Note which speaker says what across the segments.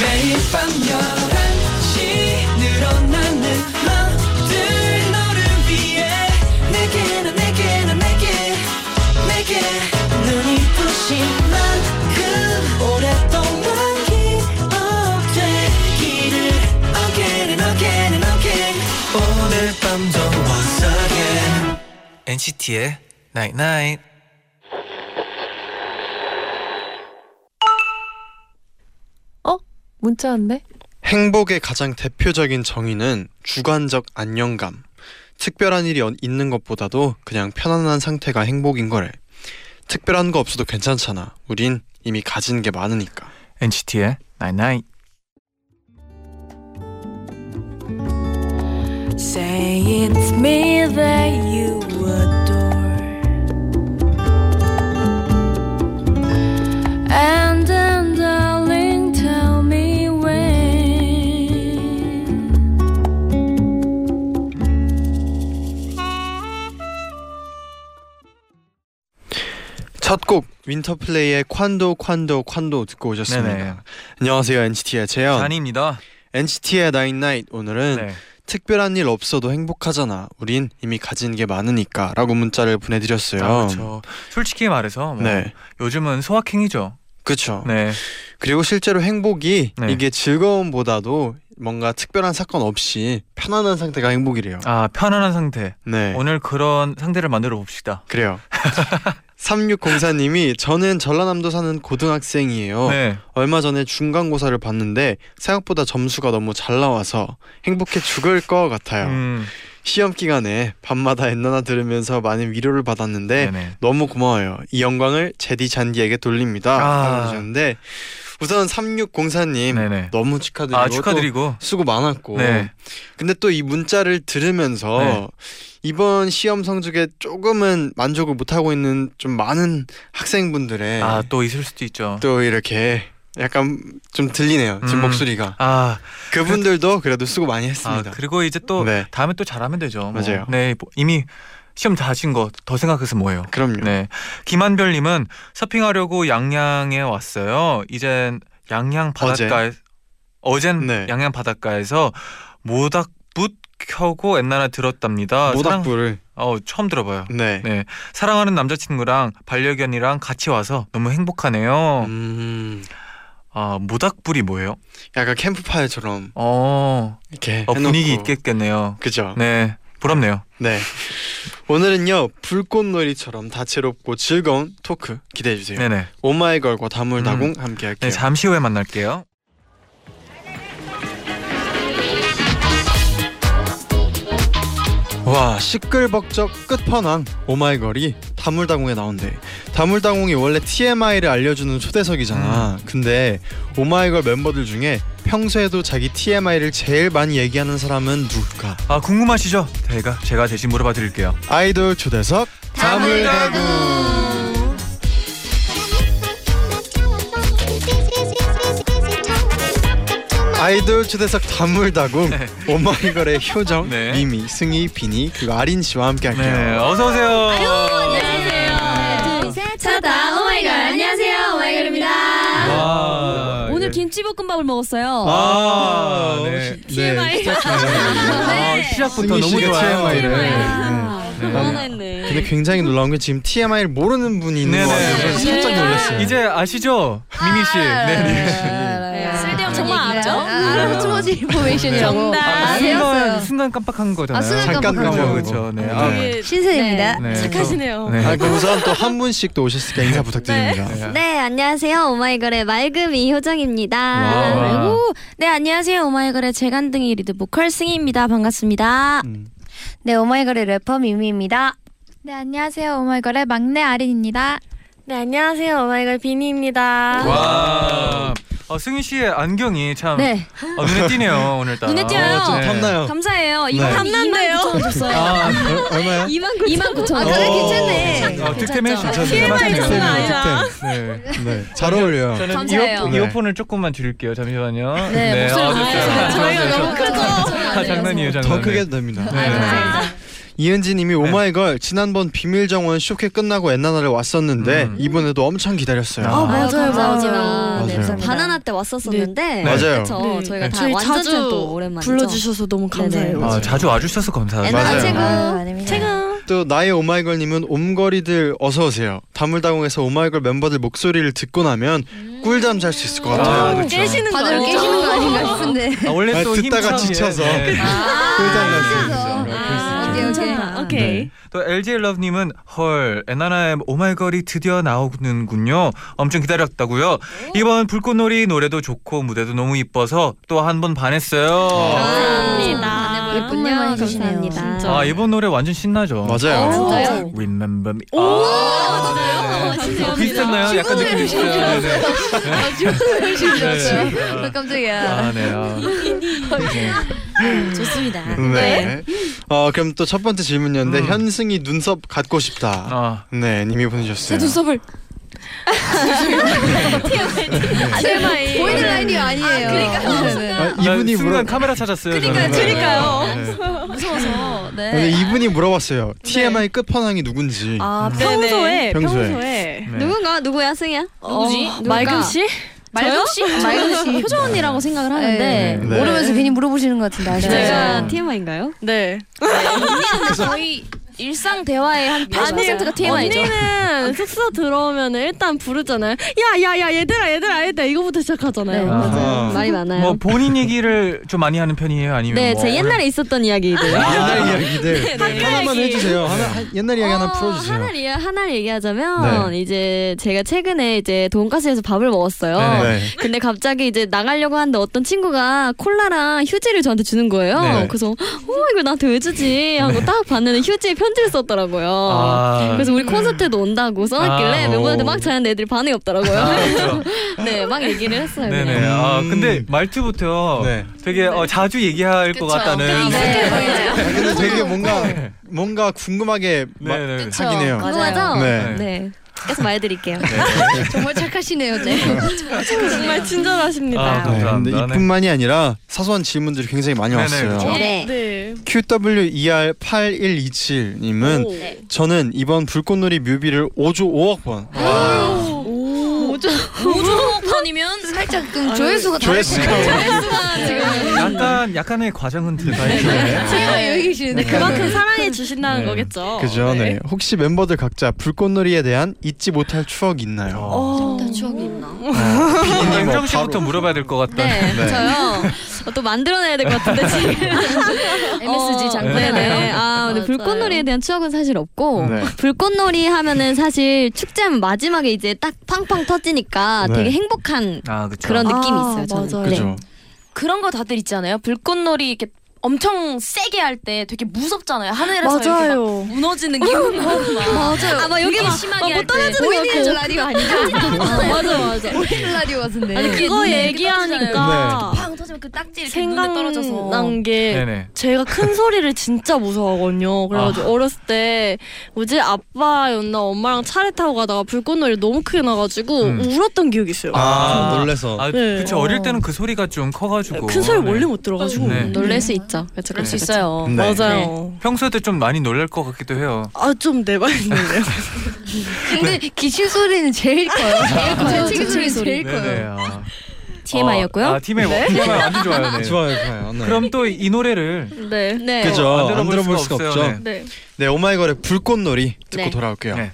Speaker 1: 매일 밤 11시 늘어나는 맘들 너를 위해 내게 난 내게 난 내게 내게 눈이 부신 만큼 오랫동안 기억되기를 Again and again and again 오늘 밤도 once again
Speaker 2: NCT의 Night Night.
Speaker 3: 어? 문자 왔네?
Speaker 4: 행복의 가장 대표적인 정의는 주관적 안녕감. 특별한 일이 어- 있는 것보다도 그냥 편안한 상태가 행복인 거래. 특별한 거 없어도 괜찮잖아. 우린 이미 가진 게 많으니까.
Speaker 2: NCT의 Night Night.
Speaker 5: Say it's me that you adore. And then, darling, tell me when.
Speaker 4: 첫 곡 윈터플레이의 콴도 콴도 콴도 듣고 오셨습니다.
Speaker 2: 네네.
Speaker 4: 안녕하세요 NCT의 재현.
Speaker 2: 잔입니다.
Speaker 4: NCT의 나인나잇 오늘은
Speaker 2: 네.
Speaker 4: 특별한 일 없어도 행복하잖아. 우린 이미 가진 게 많으니까라고 문자를 보내드렸어요.
Speaker 2: 아, 그렇죠. 솔직히 말해서 뭐
Speaker 4: 네,
Speaker 2: 요즘은 소확행이죠.
Speaker 4: 그렇죠.
Speaker 2: 네.
Speaker 4: 그리고 실제로 행복이
Speaker 2: 네.
Speaker 4: 이게 즐거움보다도 뭔가 특별한 사건 없이 편안한 상태가 행복이래요.
Speaker 2: 아 편안한 상태.
Speaker 4: 네.
Speaker 2: 오늘 그런 상태를 만들어 봅시다.
Speaker 4: 그래요. 3604님이 저는 전라남도 사는 고등학생이에요.
Speaker 2: 네.
Speaker 4: 얼마 전에 중간고사를 봤는데 생각보다 점수가 너무 잘 나와서 행복해 죽을 것 같아요.
Speaker 2: 음,
Speaker 4: 시험 기간에 밤마다 엔나나 들으면서 많은 위로를 받았는데
Speaker 2: 네네.
Speaker 4: 너무 고마워요. 이 영광을 제디 잔디에게 돌립니다.
Speaker 2: 아.
Speaker 4: 라고 하셨는데 우선 3604님
Speaker 2: 네네.
Speaker 4: 너무 축하드리고
Speaker 2: 아
Speaker 4: 또
Speaker 2: 축하드리고.
Speaker 4: 수고 많았고
Speaker 2: 네.
Speaker 4: 근데 또 이 문자를 들으면서
Speaker 2: 네.
Speaker 4: 이번 시험 성적에 조금은 만족을 못하고 있는 좀 많은 학생분들의
Speaker 2: 아 또 있을 수도 있죠.
Speaker 4: 네. 또 이렇게 약간 좀 들리네요
Speaker 2: 음.
Speaker 4: 지금 목소리가
Speaker 2: 아,
Speaker 4: 그분들도 그래도 수고 많이
Speaker 2: 아
Speaker 4: 했습니다
Speaker 2: 그리고 이제 또
Speaker 4: 네.
Speaker 2: 다음에 또 잘하면 되죠. 뭐.
Speaker 4: 맞아요.
Speaker 2: 네 뭐, 이미 시험 다 하신 거 더 생각해서 뭐예요.
Speaker 4: 그럼요
Speaker 2: 네. 김한별님은 서핑하려고 양양에 왔어요. 이젠 양양
Speaker 4: 어제.
Speaker 2: 바닷가에 어젠
Speaker 4: 네.
Speaker 2: 양양 바닷가에서 모닥붓 켜고 옛날에 들었답니다. 아, 사랑,
Speaker 4: 모닥불을
Speaker 2: 어 처음 들어봐요.
Speaker 4: 네.
Speaker 2: 네. 사랑하는 남자친구랑 반려견이랑 같이 와서 너무 행복하네요.
Speaker 4: 음,
Speaker 2: 아 모닥불이 뭐예요?
Speaker 4: 약간 캠프파이어처럼
Speaker 2: 어,
Speaker 4: 이렇게
Speaker 2: 어,
Speaker 4: 해놓고.
Speaker 2: 분위기 있겠겠네요.
Speaker 4: 그죠
Speaker 2: 네 부럽네요.
Speaker 4: 네 오늘은요 불꽃놀이처럼 다채롭고 즐거운 토크 기대해주세요
Speaker 2: 네네.
Speaker 4: 오마이걸과 다물다공
Speaker 2: 네
Speaker 4: 함께할게요
Speaker 2: 잠시 후에 만날게요.
Speaker 4: 와 아, 시끌벅적 끝판왕 오마이걸이 다물다공에 나온대 다물다공이 원래 TMI를 알려주는 초대석이잖아
Speaker 2: 음.
Speaker 4: 근데 오마이걸 멤버들 중에 평소에도 자기 TMI를 제일 많이 얘기하는 사람은 누굴까
Speaker 2: 아 궁금하시죠? 제가 제가 대신 물어봐 드릴게요.
Speaker 4: 아이돌 초대석
Speaker 2: 다물다궁.
Speaker 4: 아이돌 초대석 다물다궁
Speaker 2: 네.
Speaker 4: 오마이걸의 효정,
Speaker 2: 네.
Speaker 4: 미미, 승희, 비니 그리고 아린 씨와 함께할게요
Speaker 2: 네, 어서 오세요.
Speaker 5: 안녕하세요. 둘, 셋, 차다. 오마이걸. 안녕하세요. 오마이걸입니다.
Speaker 2: 와,
Speaker 6: 오늘
Speaker 2: 이게-
Speaker 6: 김치볶음밥을 먹었어요.
Speaker 7: 아,
Speaker 2: 아,
Speaker 4: 아,
Speaker 2: 네.
Speaker 6: TMI.
Speaker 2: 아, 시작부터
Speaker 4: 승희
Speaker 2: 너무
Speaker 4: 씨가
Speaker 2: 좋아요.
Speaker 4: TMI 를.
Speaker 2: 네.
Speaker 6: 얼마나 했네.
Speaker 4: 근데 굉장히 놀라운 게 지금 TMI를 모르는 분이 있는 거
Speaker 2: 네네.
Speaker 4: 같아서 살짝 놀랐어요
Speaker 2: 이제 아시죠, 미미 씨. 네, 네.
Speaker 6: 쓸데없는
Speaker 5: 정말
Speaker 6: 얘기가요?
Speaker 5: 알죠?
Speaker 6: 아,
Speaker 8: 투머치 인포메이션이라고
Speaker 2: 아, 순간 순간 깜빡한 거잖아요.
Speaker 8: 아, 순간
Speaker 4: 잠깐
Speaker 8: 깜빡한
Speaker 2: 그렇죠,
Speaker 8: 거.
Speaker 2: 그렇죠. 네. 아,
Speaker 4: 네.
Speaker 8: 신세입니다.
Speaker 2: 네.
Speaker 6: 착하시네요.
Speaker 2: 네.
Speaker 4: 아, 그럼 우선 또 한 분씩 또 오셨으니까 인사 부탁드립니다 아,
Speaker 2: 네.
Speaker 7: 네, 안녕하세요. 오마이걸의 맑음
Speaker 2: 와.
Speaker 7: 이효정입니다.
Speaker 2: 아이고.
Speaker 7: 네, 안녕하세요. 오마이걸의 재간둥이 리드 보컬 승희입니다. 반갑습니다.
Speaker 4: 음.
Speaker 8: 네, 오마이걸의 래퍼 미미입니다.
Speaker 5: 네, 안녕하세요. 오마이걸의 막내 아린입니다.
Speaker 7: 네, 안녕하세요. 오마이걸 비니입니다.
Speaker 2: 와. 어, 승희 씨의 안경이 참
Speaker 7: 네.
Speaker 2: 어, 눈에 띄네요 오늘따라.
Speaker 7: 눈에 띄어요.
Speaker 4: 어, 좀
Speaker 2: 네.
Speaker 4: 탐나요
Speaker 7: 감사해요. 이거
Speaker 4: 네.
Speaker 7: 탐난데요.
Speaker 4: 아, 얼- 얼마요?
Speaker 7: 2만 9천 원.
Speaker 4: 아, 그래,
Speaker 8: 괜찮네.
Speaker 2: 어, 득템해 주셨
Speaker 4: TMI 장난 아니야.
Speaker 2: 네.
Speaker 4: 네, 잘 어울려요
Speaker 2: 저는
Speaker 7: 감사해요.
Speaker 2: 이어폰,
Speaker 4: 네.
Speaker 2: 이어폰을 조금만 드릴게요. 잠시만요.
Speaker 8: 네, 목소리
Speaker 2: 아,
Speaker 8: 너무
Speaker 2: 좋습니다.
Speaker 8: 크죠.
Speaker 2: 좋아요,
Speaker 7: 저희가
Speaker 2: 좋아요. 네.
Speaker 7: 너무 크죠.
Speaker 4: 아,
Speaker 2: 다 장난이에요, 장난.
Speaker 4: 더 크게 해도 됩니다
Speaker 2: 네.
Speaker 4: 이은지님이 오마이걸 지난번 비밀 정원 쇼케 끝나고 엔나나를 왔었는데
Speaker 2: 음.
Speaker 4: 이번에도 엄청 기다렸어요.
Speaker 2: 아, 맞아요,
Speaker 7: 감사합니다.
Speaker 4: 맞아요.
Speaker 7: 네, 감사합니다. 바나나 때 왔었었는데
Speaker 4: 맞아요.
Speaker 7: 그쵸
Speaker 3: 네.
Speaker 7: 저희가
Speaker 3: 네.
Speaker 7: 다
Speaker 6: 저희
Speaker 7: 완전
Speaker 6: 자주
Speaker 7: 또 오랜만이죠.
Speaker 6: 불러주셔서 너무 감사해요.
Speaker 4: 네네.
Speaker 2: 아, 자주 와주셔서 감사합니다.
Speaker 7: 엔나나
Speaker 4: 맞아요.
Speaker 7: 최고.
Speaker 8: 아유, 아닙니다.
Speaker 2: 네.
Speaker 7: 최고.
Speaker 4: 또 나의 오마이걸님은 옴거리들 어서 오세요. 다물다공에서 오마이걸 멤버들 목소리를 듣고 나면 꿀잠 잘 수 있을 것 같아요.
Speaker 2: 아, 그쵸.
Speaker 6: 깨시는
Speaker 8: 다들
Speaker 6: 거
Speaker 8: 깨시는 거 아닌가 싶은데.
Speaker 2: 아, 원래
Speaker 4: 아니,
Speaker 2: 또
Speaker 4: 듣다가
Speaker 2: 힘찬-
Speaker 4: 지쳐서.
Speaker 2: 예, 예.
Speaker 7: 아,
Speaker 8: 그래서.
Speaker 4: 꿀잠 잘 수 있어요.
Speaker 8: 오케이, 오케이.
Speaker 6: 괜찮아. 아,
Speaker 7: 네.
Speaker 6: 오케이.
Speaker 2: 또 LG 러브님은 헐 엔나나의 오마이걸이 드디어 나오는군요. 엄청 기다렸다고요. 이번 불꽃놀이 노래도 좋고 무대도 너무 이뻐서 또 한 번 반했어요.
Speaker 7: 감사합니다.
Speaker 8: 예쁜 말만 해주시네요.
Speaker 7: 감사합니다.
Speaker 8: 진짜.
Speaker 2: 아 이번 노래 완전 신나죠.
Speaker 4: 맞아요.
Speaker 8: 진짜요?
Speaker 2: Remember me. 오, 맞아요. 비슷했나요? 약간 느낌 비슷해요. 네, 네. 네, 네.
Speaker 8: 아, 깜짝이야.
Speaker 2: 아, 네. 아. 네.
Speaker 7: 아, 좋습니다.
Speaker 4: 네. 어 그럼 또 첫 번째 질문이었는데
Speaker 2: 음.
Speaker 4: 현승이 눈썹 갖고 싶다.
Speaker 2: 아,
Speaker 4: 네, 님이 보내주셨어요.
Speaker 6: 눈썹을
Speaker 7: 아, 네.
Speaker 8: TMI.
Speaker 9: 네.
Speaker 8: 보이는 라디오 아니에요. 그러니까요.
Speaker 4: 아, 이분이
Speaker 2: 이분이
Speaker 4: 물어.
Speaker 2: 순간 카메라 찾았어요.
Speaker 6: 그러니까요,
Speaker 2: 저는.
Speaker 6: 그러니까요. 네.
Speaker 4: 네.
Speaker 7: 무서워서.
Speaker 4: 아, 근데 이분이 물어봤어요. TMI 끝판왕이 누군지.
Speaker 7: 아
Speaker 6: 평소에
Speaker 4: 평소에.
Speaker 6: 평소에
Speaker 2: 네.
Speaker 7: 누군가 누구야 승이야? 누구지?
Speaker 6: 어,
Speaker 7: 누굴까?
Speaker 6: 맑은 씨?
Speaker 7: 맑은 씨?
Speaker 8: 맑은 씨.
Speaker 7: 효정 언니라고 생각을 하는데
Speaker 4: 네.
Speaker 8: 모르면서 괜히 아, 물어보시는 것 같은데 아시죠?
Speaker 9: 네.
Speaker 7: 제가 TMI인가요?
Speaker 6: 네.
Speaker 7: 거의 일상 대화의 한 80%가 TMI죠.
Speaker 6: 언니는 숙소 들어오면 일단 부르잖아요. 야야야 얘들아 얘들아 얘들아 이거부터 시작하잖아요.
Speaker 7: 네.
Speaker 4: 아.
Speaker 7: 말이 많아요.
Speaker 2: 뭐 본인 얘기를 좀 많이 하는 편이에요, 아니면
Speaker 7: 네,
Speaker 2: 뭐
Speaker 7: 제 옛날에 있었던 이야기들.
Speaker 4: 네. 옛날
Speaker 6: 아. 네,
Speaker 4: 이야기들 네, 하나만
Speaker 6: 얘기.
Speaker 4: 해주세요. 하나 한- 옛날 이야기 하나
Speaker 6: 아,
Speaker 7: 어,
Speaker 4: 풀어주세요.
Speaker 7: 하나를, 이야- 하나를 얘기하자면 이제 제가 최근에 이제 돈가스에서 밥을 먹었어요.
Speaker 2: 네.
Speaker 4: 네.
Speaker 7: 근데 갑자기 이제 나가려고 하는데 어떤 친구가 콜라랑 휴지를 저한테 주는 거예요.
Speaker 2: 네.
Speaker 7: 그래서 어 이거 나한테 왜 주지? 하고 딱 봤는데 휴지에 편지를 썼더라고요.
Speaker 2: 아.
Speaker 7: 그래서 우리 콘서트도 온다고 써놨길래
Speaker 2: 아,
Speaker 7: 멤버한테
Speaker 4: 오.
Speaker 7: 막 자는데 애들이 반응이 없더라고요.
Speaker 2: 아, 그렇죠.
Speaker 7: 네, 막 얘기를 했어요. 그냥.
Speaker 2: 네네. 아
Speaker 4: 음.
Speaker 2: 근데 말투부터
Speaker 4: 네.
Speaker 2: 되게 어, 자주 얘기할 것 같다는.
Speaker 8: 네.
Speaker 4: 아, 근데 되게 뭔가 뭔가 궁금하게 막
Speaker 2: 네, 네.
Speaker 9: 그렇죠.
Speaker 4: 하긴 해요.
Speaker 7: 궁금하죠?
Speaker 4: 네.
Speaker 7: 네. 계속 말해드릴게요.
Speaker 9: 네.
Speaker 8: 정말 착하시네요, 네.
Speaker 6: 정말 친절하십니다.
Speaker 2: 아,
Speaker 4: 네, 근데
Speaker 2: 감사합니다.
Speaker 4: 이뿐만이 아니라 사소한 질문들이 굉장히 많이
Speaker 2: 네네,
Speaker 4: 왔어요.
Speaker 2: 그렇죠.
Speaker 7: 네.
Speaker 6: 네.
Speaker 4: QWER8127님은
Speaker 6: 네.
Speaker 4: E 저는 이번 불꽃놀이 뮤비를 5조 5억 번
Speaker 7: 어, 오조번이면
Speaker 8: 살짝
Speaker 9: 아, 네.
Speaker 8: 좀 조회수가 다를
Speaker 4: 조회수가
Speaker 8: 텐데.
Speaker 2: 약간 약간의 과정은
Speaker 7: 네.
Speaker 2: 네. 들어가요.
Speaker 8: TMI 여기 계시는데.
Speaker 6: 그만큼 사랑해 주신다는
Speaker 2: 네.
Speaker 6: 거겠죠.
Speaker 4: 그죠? 네. 혹시 멤버들 각자 불꽃놀이에 대한 잊지 못할 추억 있나요?
Speaker 2: 어.
Speaker 7: 다 추억이 있나?
Speaker 2: 임정 아, 씨부터
Speaker 4: 네. 바로.
Speaker 2: 물어봐야 될 것 같다.
Speaker 7: 네,
Speaker 4: 네.
Speaker 7: 저요. 어, 또 만들어내야 될 것 같은데 지금. 어,
Speaker 9: 어.
Speaker 8: MSG 장난
Speaker 7: 네네.
Speaker 8: 아니에요?
Speaker 7: 아, 근데
Speaker 8: 맞아요.
Speaker 7: 불꽃놀이에 대한 추억은 사실 없고
Speaker 4: 네.
Speaker 7: 불꽃놀이 하면은 사실 축제하면 마지막에 이제 딱 팡팡 터지니까
Speaker 4: 네.
Speaker 7: 되게 행복한
Speaker 2: 아 그렇죠.
Speaker 7: 그런
Speaker 6: 아,
Speaker 7: 느낌이 있어요. 저는.
Speaker 6: 맞아요.
Speaker 7: 네.
Speaker 4: 그죠?
Speaker 9: 그런 거 다들 있잖아요. 불꽃놀이 이렇게 엄청 세게 할 때 되게 무섭잖아요. 하늘에서 이렇게 막
Speaker 6: 맞아요.
Speaker 9: 무너지는 게
Speaker 7: 맞아요. 아마 여기 막 심하게 뭐 떨어지는
Speaker 8: 보이는
Speaker 7: 거
Speaker 8: 라디오 아니죠?
Speaker 7: 맞아 맞아.
Speaker 8: 보이는 라디오 같은데.
Speaker 6: 아니 그거 얘기하니까
Speaker 4: 네.
Speaker 9: 팡 터지면 그 딱지 이렇게 문에 떨어져서
Speaker 6: 생각난 게
Speaker 2: 네네.
Speaker 6: 제가 큰 소리를 진짜 무서워하거든요. 그래가지고
Speaker 2: 아.
Speaker 6: 어렸을 때 뭐지 아빠였나 엄마랑 차를 타고 가다가 불꽃놀이 너무 크게 나가지고
Speaker 2: 음.
Speaker 6: 울었던 기억이 있어요.
Speaker 4: 아,
Speaker 2: 아.
Speaker 4: 놀래서.
Speaker 2: 아
Speaker 6: 네.
Speaker 2: 그쵸 어릴 때는 그 소리가 좀 커가지고.
Speaker 6: 큰 소리 원래
Speaker 2: 네.
Speaker 6: 못 들어가지고
Speaker 2: 네.
Speaker 7: 놀랄 음. 수 있죠.
Speaker 6: 그쵸,
Speaker 9: 그럴 수
Speaker 6: 그쵸,
Speaker 9: 있어요.
Speaker 4: 네.
Speaker 6: 그쵸. 맞아요.
Speaker 2: 평소에도 좀 많이 놀랄 것 같기도 해요.
Speaker 6: 아좀 내발이네요.
Speaker 8: 근데 기침 소리는 제일 커요. 제일 커요. 재치기 소리 제일
Speaker 2: 네네.
Speaker 8: 커요.
Speaker 2: 아.
Speaker 7: TMI 였고요?
Speaker 2: 아 TMI TMI 완전 좋아요. 네.
Speaker 4: 좋아요, 좋아요. 네.
Speaker 2: 그럼 또 이 노래를
Speaker 6: 네.
Speaker 7: 네.
Speaker 4: 그죠?
Speaker 2: 어,
Speaker 4: 안 들어볼 수가 없죠.
Speaker 2: 네.
Speaker 6: 네.
Speaker 4: 네, 오마이걸의 불꽃놀이 듣고
Speaker 7: 네.
Speaker 4: 돌아올게요.
Speaker 2: 네.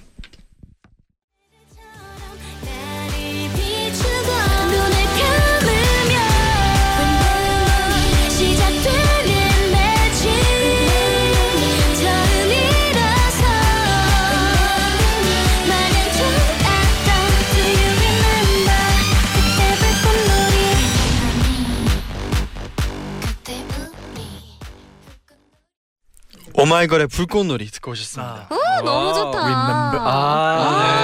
Speaker 4: 오마이걸의 불꽃놀이 듣고 오셨습니다.
Speaker 2: 아,
Speaker 7: 어, 너무 좋다.
Speaker 2: Remember.
Speaker 4: 아.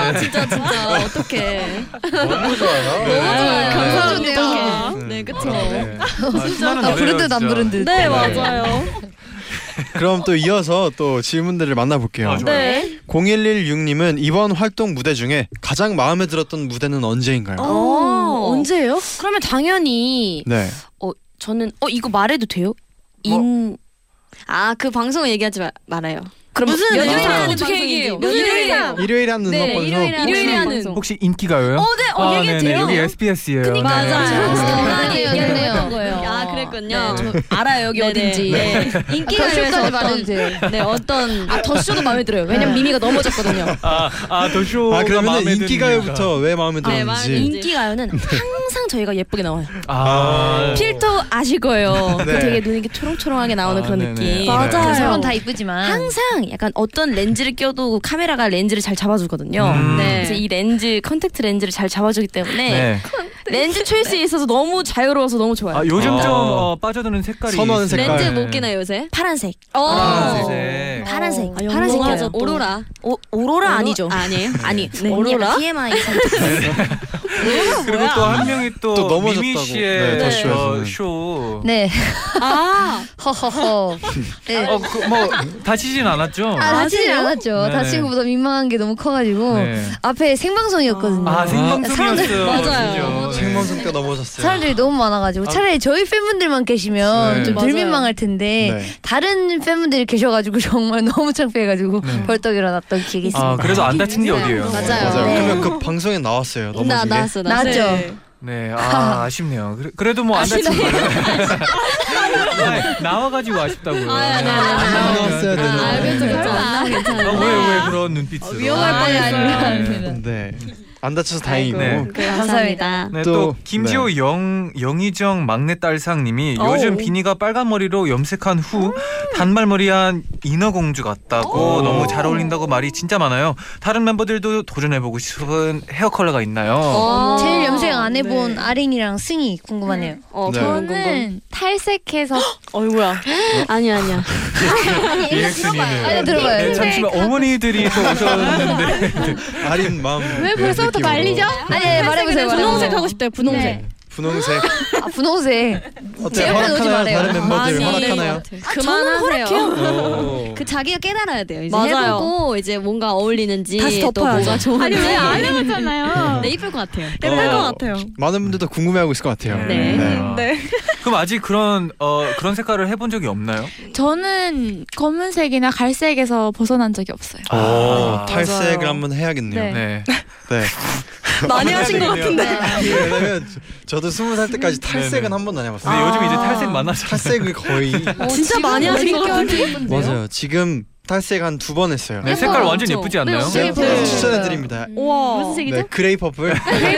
Speaker 2: 아, 네.
Speaker 7: 진짜 진짜 어떡해.
Speaker 4: 너무 좋아요.
Speaker 7: 감사합니다.
Speaker 8: 감사합니다.
Speaker 7: 네, 그쵸.
Speaker 2: 네. 아, 신나는
Speaker 8: 아, 부른
Speaker 2: 노래예요,
Speaker 8: 듯 안
Speaker 2: 진짜.
Speaker 8: 부른 듯.
Speaker 6: 네 맞아요.
Speaker 4: 그럼 또 이어서 또 질문들을 만나볼게요.
Speaker 2: 아, 좋아요.
Speaker 6: 네.
Speaker 4: 0116님은 이번 활동 무대 중에 가장 마음에 들었던 무대는 언제인가요?
Speaker 7: 어.
Speaker 9: 오.
Speaker 6: 어. 언제예요?
Speaker 9: 그러면 당연히
Speaker 4: 네.
Speaker 2: 뭐?
Speaker 9: 저는 어 이거 말해도 돼요? 인
Speaker 10: 아 그 방송 얘기하지 마, 말아요.
Speaker 7: 그럼
Speaker 9: 무슨
Speaker 7: 연예인
Speaker 9: 의미야?
Speaker 7: 하는
Speaker 9: 어떻게
Speaker 7: 방송인지.
Speaker 9: 얘기해요?
Speaker 7: 무슨
Speaker 9: 무슨
Speaker 7: 의미야?
Speaker 9: 의미야?
Speaker 4: 일요일에 하는
Speaker 10: 네,
Speaker 4: 음악 방송
Speaker 10: 일요일에
Speaker 7: 일요일에
Speaker 10: 하는
Speaker 7: 하는
Speaker 10: 방송.
Speaker 2: 혹시 인기가요요?
Speaker 7: 어, 네, 어, 얘기해도
Speaker 2: 아, 네네.
Speaker 7: 돼요?
Speaker 2: 여기 SBS예요.
Speaker 7: 그니까 맞아요.
Speaker 10: 네.
Speaker 7: 저만
Speaker 10: 네.
Speaker 7: 얘기했던 거예요.
Speaker 9: 아, 그랬군요.
Speaker 7: 저 알아요 여기
Speaker 9: 네네.
Speaker 7: 어딘지.
Speaker 9: 네. 인기가
Speaker 10: 더쇼까지
Speaker 9: 그래서
Speaker 10: 말해도
Speaker 9: 어떤
Speaker 10: 돼요.
Speaker 9: 네 어떤
Speaker 7: 아, 더 쇼도 마음에 들어요.
Speaker 9: 네.
Speaker 7: 왜냐면 미미가 넘어졌거든요.
Speaker 2: 아, 아, 더쇼가
Speaker 4: 아 그러면
Speaker 2: 마음에 드는 이유가.
Speaker 4: 인기가요부터 왜 마음에
Speaker 9: 네,
Speaker 4: 들었는지
Speaker 9: 마음에
Speaker 7: 인기가요는 항상 저희가 예쁘게 나와요.
Speaker 9: 어.
Speaker 2: 아,
Speaker 7: 필터 아실 거예요. 그
Speaker 4: 네.
Speaker 7: 되게 눈이 이렇게 초롱초롱하게 나오는
Speaker 2: 아,
Speaker 7: 그런
Speaker 2: 네네.
Speaker 7: 느낌.
Speaker 2: 맞아요.
Speaker 8: 그
Speaker 7: 그래서
Speaker 8: 사람 다 이쁘지만
Speaker 7: 항상 약간 어떤 렌즈를 껴도 카메라가 렌즈를 잘 잡아주거든요.
Speaker 2: 음.
Speaker 9: 네.
Speaker 7: 그래서 이 렌즈 컨택트 렌즈를 잘 잡아주기 때문에
Speaker 2: 네.
Speaker 7: 렌즈 초이스에 있어서 너무 자유로워서 너무 좋아요.
Speaker 2: 아, 요즘
Speaker 4: 어.
Speaker 2: 좀 어, 빠져드는 색깔이
Speaker 4: 선호하는
Speaker 2: 있어요.
Speaker 4: 색깔.
Speaker 2: 네.
Speaker 9: 렌즈
Speaker 2: 아,
Speaker 9: 못 끼나 요새?
Speaker 7: 파란색,
Speaker 9: 어.
Speaker 7: 아,
Speaker 2: 파란색.
Speaker 7: 파란색,
Speaker 9: 아,
Speaker 7: 파란색
Speaker 9: 영롱하죠,
Speaker 7: 껴요.
Speaker 9: 또. 오로라.
Speaker 7: 오, 어. 오로라 아니죠?
Speaker 9: 아, 아니에요.
Speaker 7: 아니,
Speaker 9: 네. 오로라?
Speaker 7: TMI. 아,
Speaker 2: 그리고 또 한 명이 또,
Speaker 4: 또 넘어졌다고.
Speaker 2: 미미 씨의
Speaker 4: 네,
Speaker 2: 아, 어,
Speaker 4: 더쇼에서는.
Speaker 2: 쇼.
Speaker 8: 네
Speaker 9: 아,
Speaker 8: 허허허 네.
Speaker 2: 어, 그, 뭐 다치진 않았죠?
Speaker 8: 아 다치진 않았죠
Speaker 2: 네네.
Speaker 8: 다치고 보다 민망한 게 너무 커가지고
Speaker 2: 네.
Speaker 8: 앞에 생방송이었거든요
Speaker 2: 아, 생방송이었어요.
Speaker 9: 맞아요.
Speaker 2: 맞아요.
Speaker 4: 생방송 때 넘어졌어요.
Speaker 8: 사람들이 너무 많아가지고
Speaker 2: 아.
Speaker 8: 차라리 저희 팬분들만 계시면
Speaker 2: 네.
Speaker 8: 좀
Speaker 9: 맞아요.
Speaker 8: 덜 민망할 텐데
Speaker 4: 네.
Speaker 8: 다른 팬분들이 계셔가지고 정말 너무 창피해가지고
Speaker 2: 네.
Speaker 8: 벌떡 일어났던 기억이 있습니다.
Speaker 2: 아, 그래서 안 다친 게 어디예요?
Speaker 9: 맞아요.
Speaker 4: 맞아요.
Speaker 8: 네.
Speaker 4: 그러면 그 방송에 나왔어요. 넘어지게.
Speaker 9: 나 나왔어, 나왔어.
Speaker 8: 나왔죠?
Speaker 9: 네.
Speaker 2: 네, 아, 아쉽네요. 그래, 그래도 뭐 안 다친 거예요. 나와가지고 아쉽다고요. 네,
Speaker 9: 아, 아니, 아니, 아니.
Speaker 2: 안 나오면.
Speaker 4: 나왔어야 되는
Speaker 9: 아, 알겠죠, 그렇죠. 아,
Speaker 2: 아,
Speaker 9: 괜찮아요.
Speaker 2: 왜, 왜 그런 눈빛으로.
Speaker 9: 위험할
Speaker 2: 아,
Speaker 9: 뻔했어요.
Speaker 2: 네.
Speaker 4: 네. 안 다쳐서 다행이고.
Speaker 2: 아이고.
Speaker 9: 네, 감사합니다.
Speaker 2: 네,
Speaker 4: 또,
Speaker 2: 또 김지호 영 영희정 막내 딸상님이 요즘
Speaker 9: 어우.
Speaker 2: 비니가 빨간 머리로 염색한 후 단발머리한 인어공주 같다고
Speaker 4: 오.
Speaker 2: 너무 잘 어울린다고 말이 진짜 많아요. 다른 멤버들도 도전해보고 싶은 헤어 컬러가 있나요?
Speaker 9: 어.
Speaker 8: 제일 염색 안 해본
Speaker 9: 네.
Speaker 8: 아린이랑 승희 궁금하네요. 아,
Speaker 9: 어,
Speaker 4: 네.
Speaker 9: 저는
Speaker 10: 탈색해서
Speaker 9: 어이구야. 아니 아니야.
Speaker 2: 리액션이네요.
Speaker 8: 아니, 들어봐요.
Speaker 2: 네, 잠시만 어머니들이 또 오셨는데
Speaker 4: 아린 마음. 네, 왜
Speaker 10: 벌써부터 말리죠?
Speaker 8: 아니, 아니
Speaker 7: 네,
Speaker 8: 말해보세요. 말해보세요.
Speaker 9: 분홍색 하고 싶대요. 분홍색.
Speaker 4: 네. 분홍색.
Speaker 8: 아, 분홍색.
Speaker 4: 어때?
Speaker 8: 옆에 오지
Speaker 4: 허락하나요?
Speaker 8: 말아요.
Speaker 4: 다른 멤버들
Speaker 7: 네.
Speaker 9: 아니.
Speaker 4: 허락하나요?
Speaker 9: 그만하세요.
Speaker 4: 오.
Speaker 10: 그 자기가 깨달아야 돼요. 이제
Speaker 9: 맞아요.
Speaker 10: 해보고 이제 뭔가 어울리는지
Speaker 9: 다시
Speaker 10: 또
Speaker 9: 덮어야죠.
Speaker 10: 뭐가 좋은지.
Speaker 9: 아니, 왜 알려줬잖아요.
Speaker 10: 네 이쁠 것 같아요.
Speaker 9: 예쁠 것
Speaker 4: 어.
Speaker 9: 같아요.
Speaker 4: 많은 분들도 궁금해하고 있을 것 같아요.
Speaker 10: 네.
Speaker 9: 네.
Speaker 2: 그럼 아직 그런 어, 그런 색깔을 해본 적이 없나요?
Speaker 11: 저는 검은색이나 갈색에서 벗어난 적이 없어요.
Speaker 4: 오,
Speaker 2: 아,
Speaker 4: 탈색을
Speaker 9: 맞아요.
Speaker 4: 한번 해야겠네요. 네.
Speaker 2: 네.
Speaker 9: 많이 하신 것 같은데.
Speaker 2: 아,
Speaker 4: 이게 왜냐면 저- 저도 스무 살 때까지 탈색은 한 번도 안
Speaker 2: 근데
Speaker 4: 해봤어요.
Speaker 2: 요즘 이제 탈색 많아서
Speaker 4: 탈색을 거의
Speaker 9: 진짜 많이 하신 것 같은데.
Speaker 4: 맞아요. 지금 탈색 한 두 번 했어요.
Speaker 2: 네, 색깔 완전 예쁘지 않나요?
Speaker 4: 네,
Speaker 9: 예뻐요.
Speaker 4: 추천해드립니다.
Speaker 9: 우와.
Speaker 10: 무슨 색이죠?
Speaker 4: 네, 그레이 퍼플. 그레이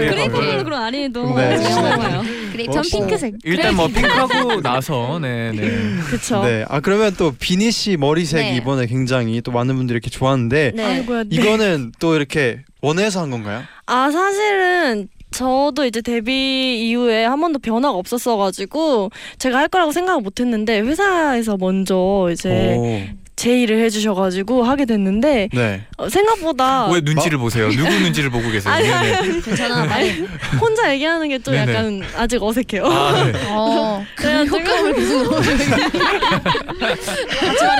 Speaker 10: 그레이
Speaker 4: 퍼플.
Speaker 10: 퍼플도 그럼 아니에도
Speaker 4: 네.
Speaker 10: 영어봐요.
Speaker 8: 그래,
Speaker 4: 전 멋있어요. 핑크색.
Speaker 2: 일단 뭐 핑크하고 나서 네, 네.
Speaker 9: 그쵸.
Speaker 4: 네. 아 그러면 또 비니 씨 머리색이
Speaker 10: 네.
Speaker 4: 이번에 굉장히 또 많은 분들이 이렇게 좋아하는데
Speaker 10: 네.
Speaker 4: 이거는 또 이렇게 원해서 한 건가요?
Speaker 9: 아 사실은 저도 이제 데뷔 이후에 한 번도 변화가 없었어가지고 제가 할 거라고 생각을 못했는데 회사에서 먼저 이제
Speaker 4: 오.
Speaker 9: 제의를 해주셔가지고 하게 됐는데
Speaker 4: 네.
Speaker 9: 어, 생각보다
Speaker 2: 왜 눈치를 보세요? 누구 눈치를 보고 계세요?
Speaker 9: 아니,
Speaker 2: 네, 네.
Speaker 10: 괜찮아. 말
Speaker 9: 혼자 얘기하는 게 좀
Speaker 2: 네네.
Speaker 9: 약간 아직 어색해요.
Speaker 2: 아, 네.
Speaker 8: 어.
Speaker 9: 그래가지고-
Speaker 8: 효과음을 계속 넣어.
Speaker 10: 같이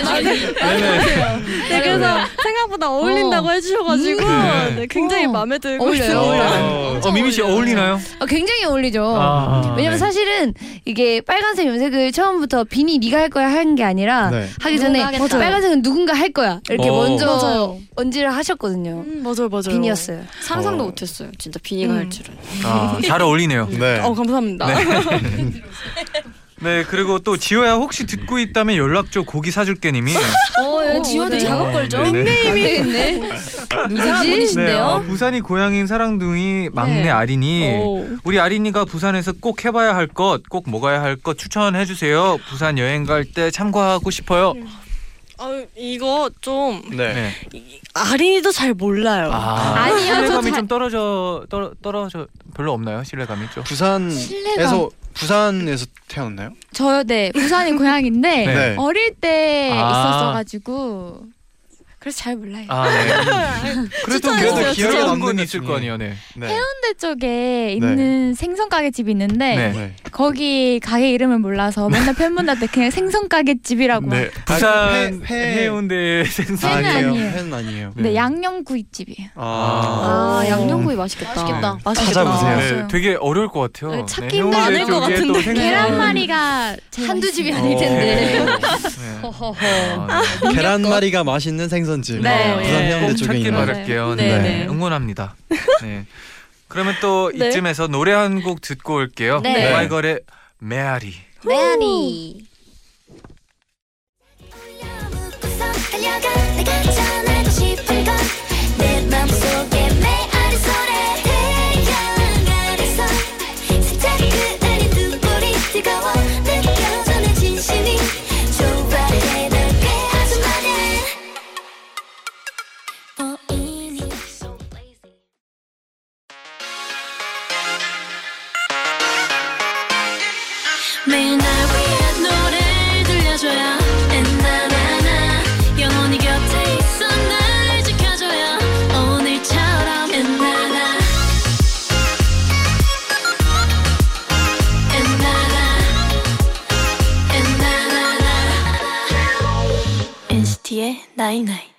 Speaker 10: 말해줘야지.
Speaker 9: 네, 그래서 생각보다 어울린다고 해주셔가지고
Speaker 2: 음.
Speaker 9: 네, 굉장히
Speaker 8: 어.
Speaker 9: 마음에 들고
Speaker 8: 어울려요.
Speaker 9: 있어요.
Speaker 2: 어, 어, 미미 씨 어울리나요?
Speaker 8: 아, 굉장히 어울리죠.
Speaker 2: 아,
Speaker 8: 왜냐면
Speaker 2: 네.
Speaker 8: 사실은 이게 빨간색 염색을 처음부터 비니 네가 할 거야 한 게 아니라
Speaker 4: 네.
Speaker 8: 하기 전에
Speaker 10: 누군가 하겠다.
Speaker 8: 빨간색은 누군가 할 거야 이렇게
Speaker 2: 어.
Speaker 8: 먼저
Speaker 9: 맞아요.
Speaker 8: 언지를 하셨거든요.
Speaker 9: 음, 맞아요, 맞아요.
Speaker 8: 비니였어요.
Speaker 10: 상상도
Speaker 4: 어.
Speaker 10: 못했어요. 진짜 비니가
Speaker 9: 음.
Speaker 10: 할 줄은.
Speaker 2: 아, 잘 어울리네요.
Speaker 4: 네.
Speaker 9: 어 감사합니다.
Speaker 2: 네, 그리고 또 지호야 혹시 듣고 있다면 연락 줘. 고기 사줄게님이.
Speaker 7: 어, 지원도 작업 걸죠?
Speaker 2: 네, 네.
Speaker 7: 이상한
Speaker 2: 네,
Speaker 7: 분이신데요?
Speaker 2: 어, 부산이 고향인 사랑둥이 막내 아린이.
Speaker 9: 오.
Speaker 2: 우리 아린이가 부산에서 꼭 해봐야 할 것, 꼭 먹어야 할 것 추천해 주세요. 부산 여행 갈 때 참고하고 싶어요.
Speaker 9: 아 이거 좀
Speaker 4: 네.
Speaker 2: 네.
Speaker 9: 아린이도 잘 몰라요.
Speaker 2: 아,
Speaker 10: 아니요, 저
Speaker 2: 신뢰감이
Speaker 10: 잘-
Speaker 2: 좀 떨어져 떨어, 떨어져 별로 없나요? 신뢰감이 좀.
Speaker 4: 부산에서 부산에서 태어났나요?
Speaker 8: 어,
Speaker 11: 저요, 네. 부산이 고향인데
Speaker 2: 네.
Speaker 11: 어릴 때
Speaker 2: 아.
Speaker 11: 있었어가지고
Speaker 8: 그래서 잘 몰라요.
Speaker 2: 아, 네. 그래도
Speaker 8: 추천해주세요,
Speaker 2: 그래도 기억에
Speaker 8: 추천.
Speaker 2: 남는 건 있을 거 아니에요, 네.
Speaker 4: 네.
Speaker 8: 해운대 쪽에 있는 생선 가게집이 있는데
Speaker 2: 네.
Speaker 4: 네.
Speaker 8: 거기 가게 이름을 몰라서 맨날 팬분들한테 그냥 생선 가게집이라고.
Speaker 2: 네.
Speaker 4: 아,
Speaker 2: 부산
Speaker 4: 회- 회-
Speaker 2: 해운대
Speaker 8: 회는
Speaker 2: 생선.
Speaker 8: 회는 아니에요. 아니에요.
Speaker 4: 회는 아니에요.
Speaker 8: 네, 양념구이집이에요.
Speaker 4: 아.
Speaker 7: 아, 양념구이 맛있겠다.
Speaker 12: 맛있겠다.
Speaker 4: 찾아보세요.
Speaker 2: 네, 되게 어려울 것 같아요.
Speaker 8: 네, 찾기
Speaker 2: 해운대
Speaker 8: 힘들- 많을
Speaker 1: 것
Speaker 2: 쪽에 또
Speaker 1: 같은데.
Speaker 2: 생선-
Speaker 7: 아,
Speaker 8: 계란말이가 제일
Speaker 7: 한두
Speaker 8: 맛있어요.
Speaker 7: 음. 집이
Speaker 9: 네.
Speaker 7: 아닐 텐데.
Speaker 2: 네.
Speaker 7: 허허허.
Speaker 2: 아, 네.
Speaker 4: 계란말이가 맛있는 생선집.
Speaker 1: 네.
Speaker 4: 아, 부산
Speaker 1: 네.
Speaker 4: 해운대
Speaker 2: 꼭
Speaker 4: 쪽에
Speaker 2: 찾길
Speaker 4: 있는.
Speaker 2: 바랄게요. 네.
Speaker 4: 네, 네.
Speaker 2: 응원합니다. 네. 그러면 또
Speaker 1: 네.
Speaker 2: 이쯤에서 노래 한 곡 듣고 올게요.
Speaker 7: 네.
Speaker 2: 오마이걸의 메아리.
Speaker 9: 메아리.
Speaker 5: 어, 매일 날 위한 노래를 들려줘요 엔나나나 영원히 곁에 있어 날 지켜줘요 오늘처럼 엔나나 엔나나 엔나나나 NCT의 나이나이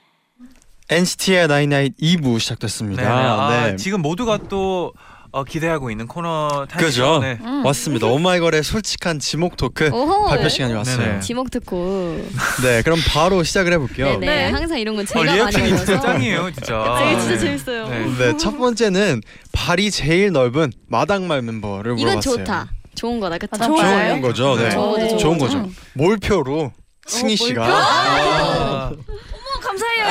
Speaker 4: NCT의 나인나인 2부 시작됐습니다.
Speaker 2: 네, 네. 아,
Speaker 4: 네.
Speaker 2: 지금 모두가 또 어, 기대하고 있는 코너 타임.
Speaker 4: 그죠?
Speaker 2: 네.
Speaker 4: 왔습니다. 오마이걸의 솔직한 지목 토크
Speaker 7: 음. 오호.
Speaker 4: 어. 발표 시간이 왔어요.
Speaker 2: 네네.
Speaker 7: 지목 듣고.
Speaker 4: 네, 그럼 바로 시작을 해볼게요.
Speaker 7: 네네. 항상 이런 건 제가
Speaker 2: 어,
Speaker 7: 많이
Speaker 2: 리액션이 진짜
Speaker 7: 해서.
Speaker 2: 짱이에요, 진짜.
Speaker 1: 되게 진짜
Speaker 2: 네.
Speaker 1: 재밌어요.
Speaker 2: 네.
Speaker 4: 네, 첫 번째는 발이 제일 넓은 마당말 멤버를 물어봤어요.
Speaker 7: 이건 좋다. 좋은 거다. 그쵸?
Speaker 1: 아, 좋아요.
Speaker 4: 좋은 거죠. 네.
Speaker 7: 좋은 거죠, 음. 어,
Speaker 4: 좋은 거죠. 몰표로 승희 씨가
Speaker 2: 아,
Speaker 12: 감사해요.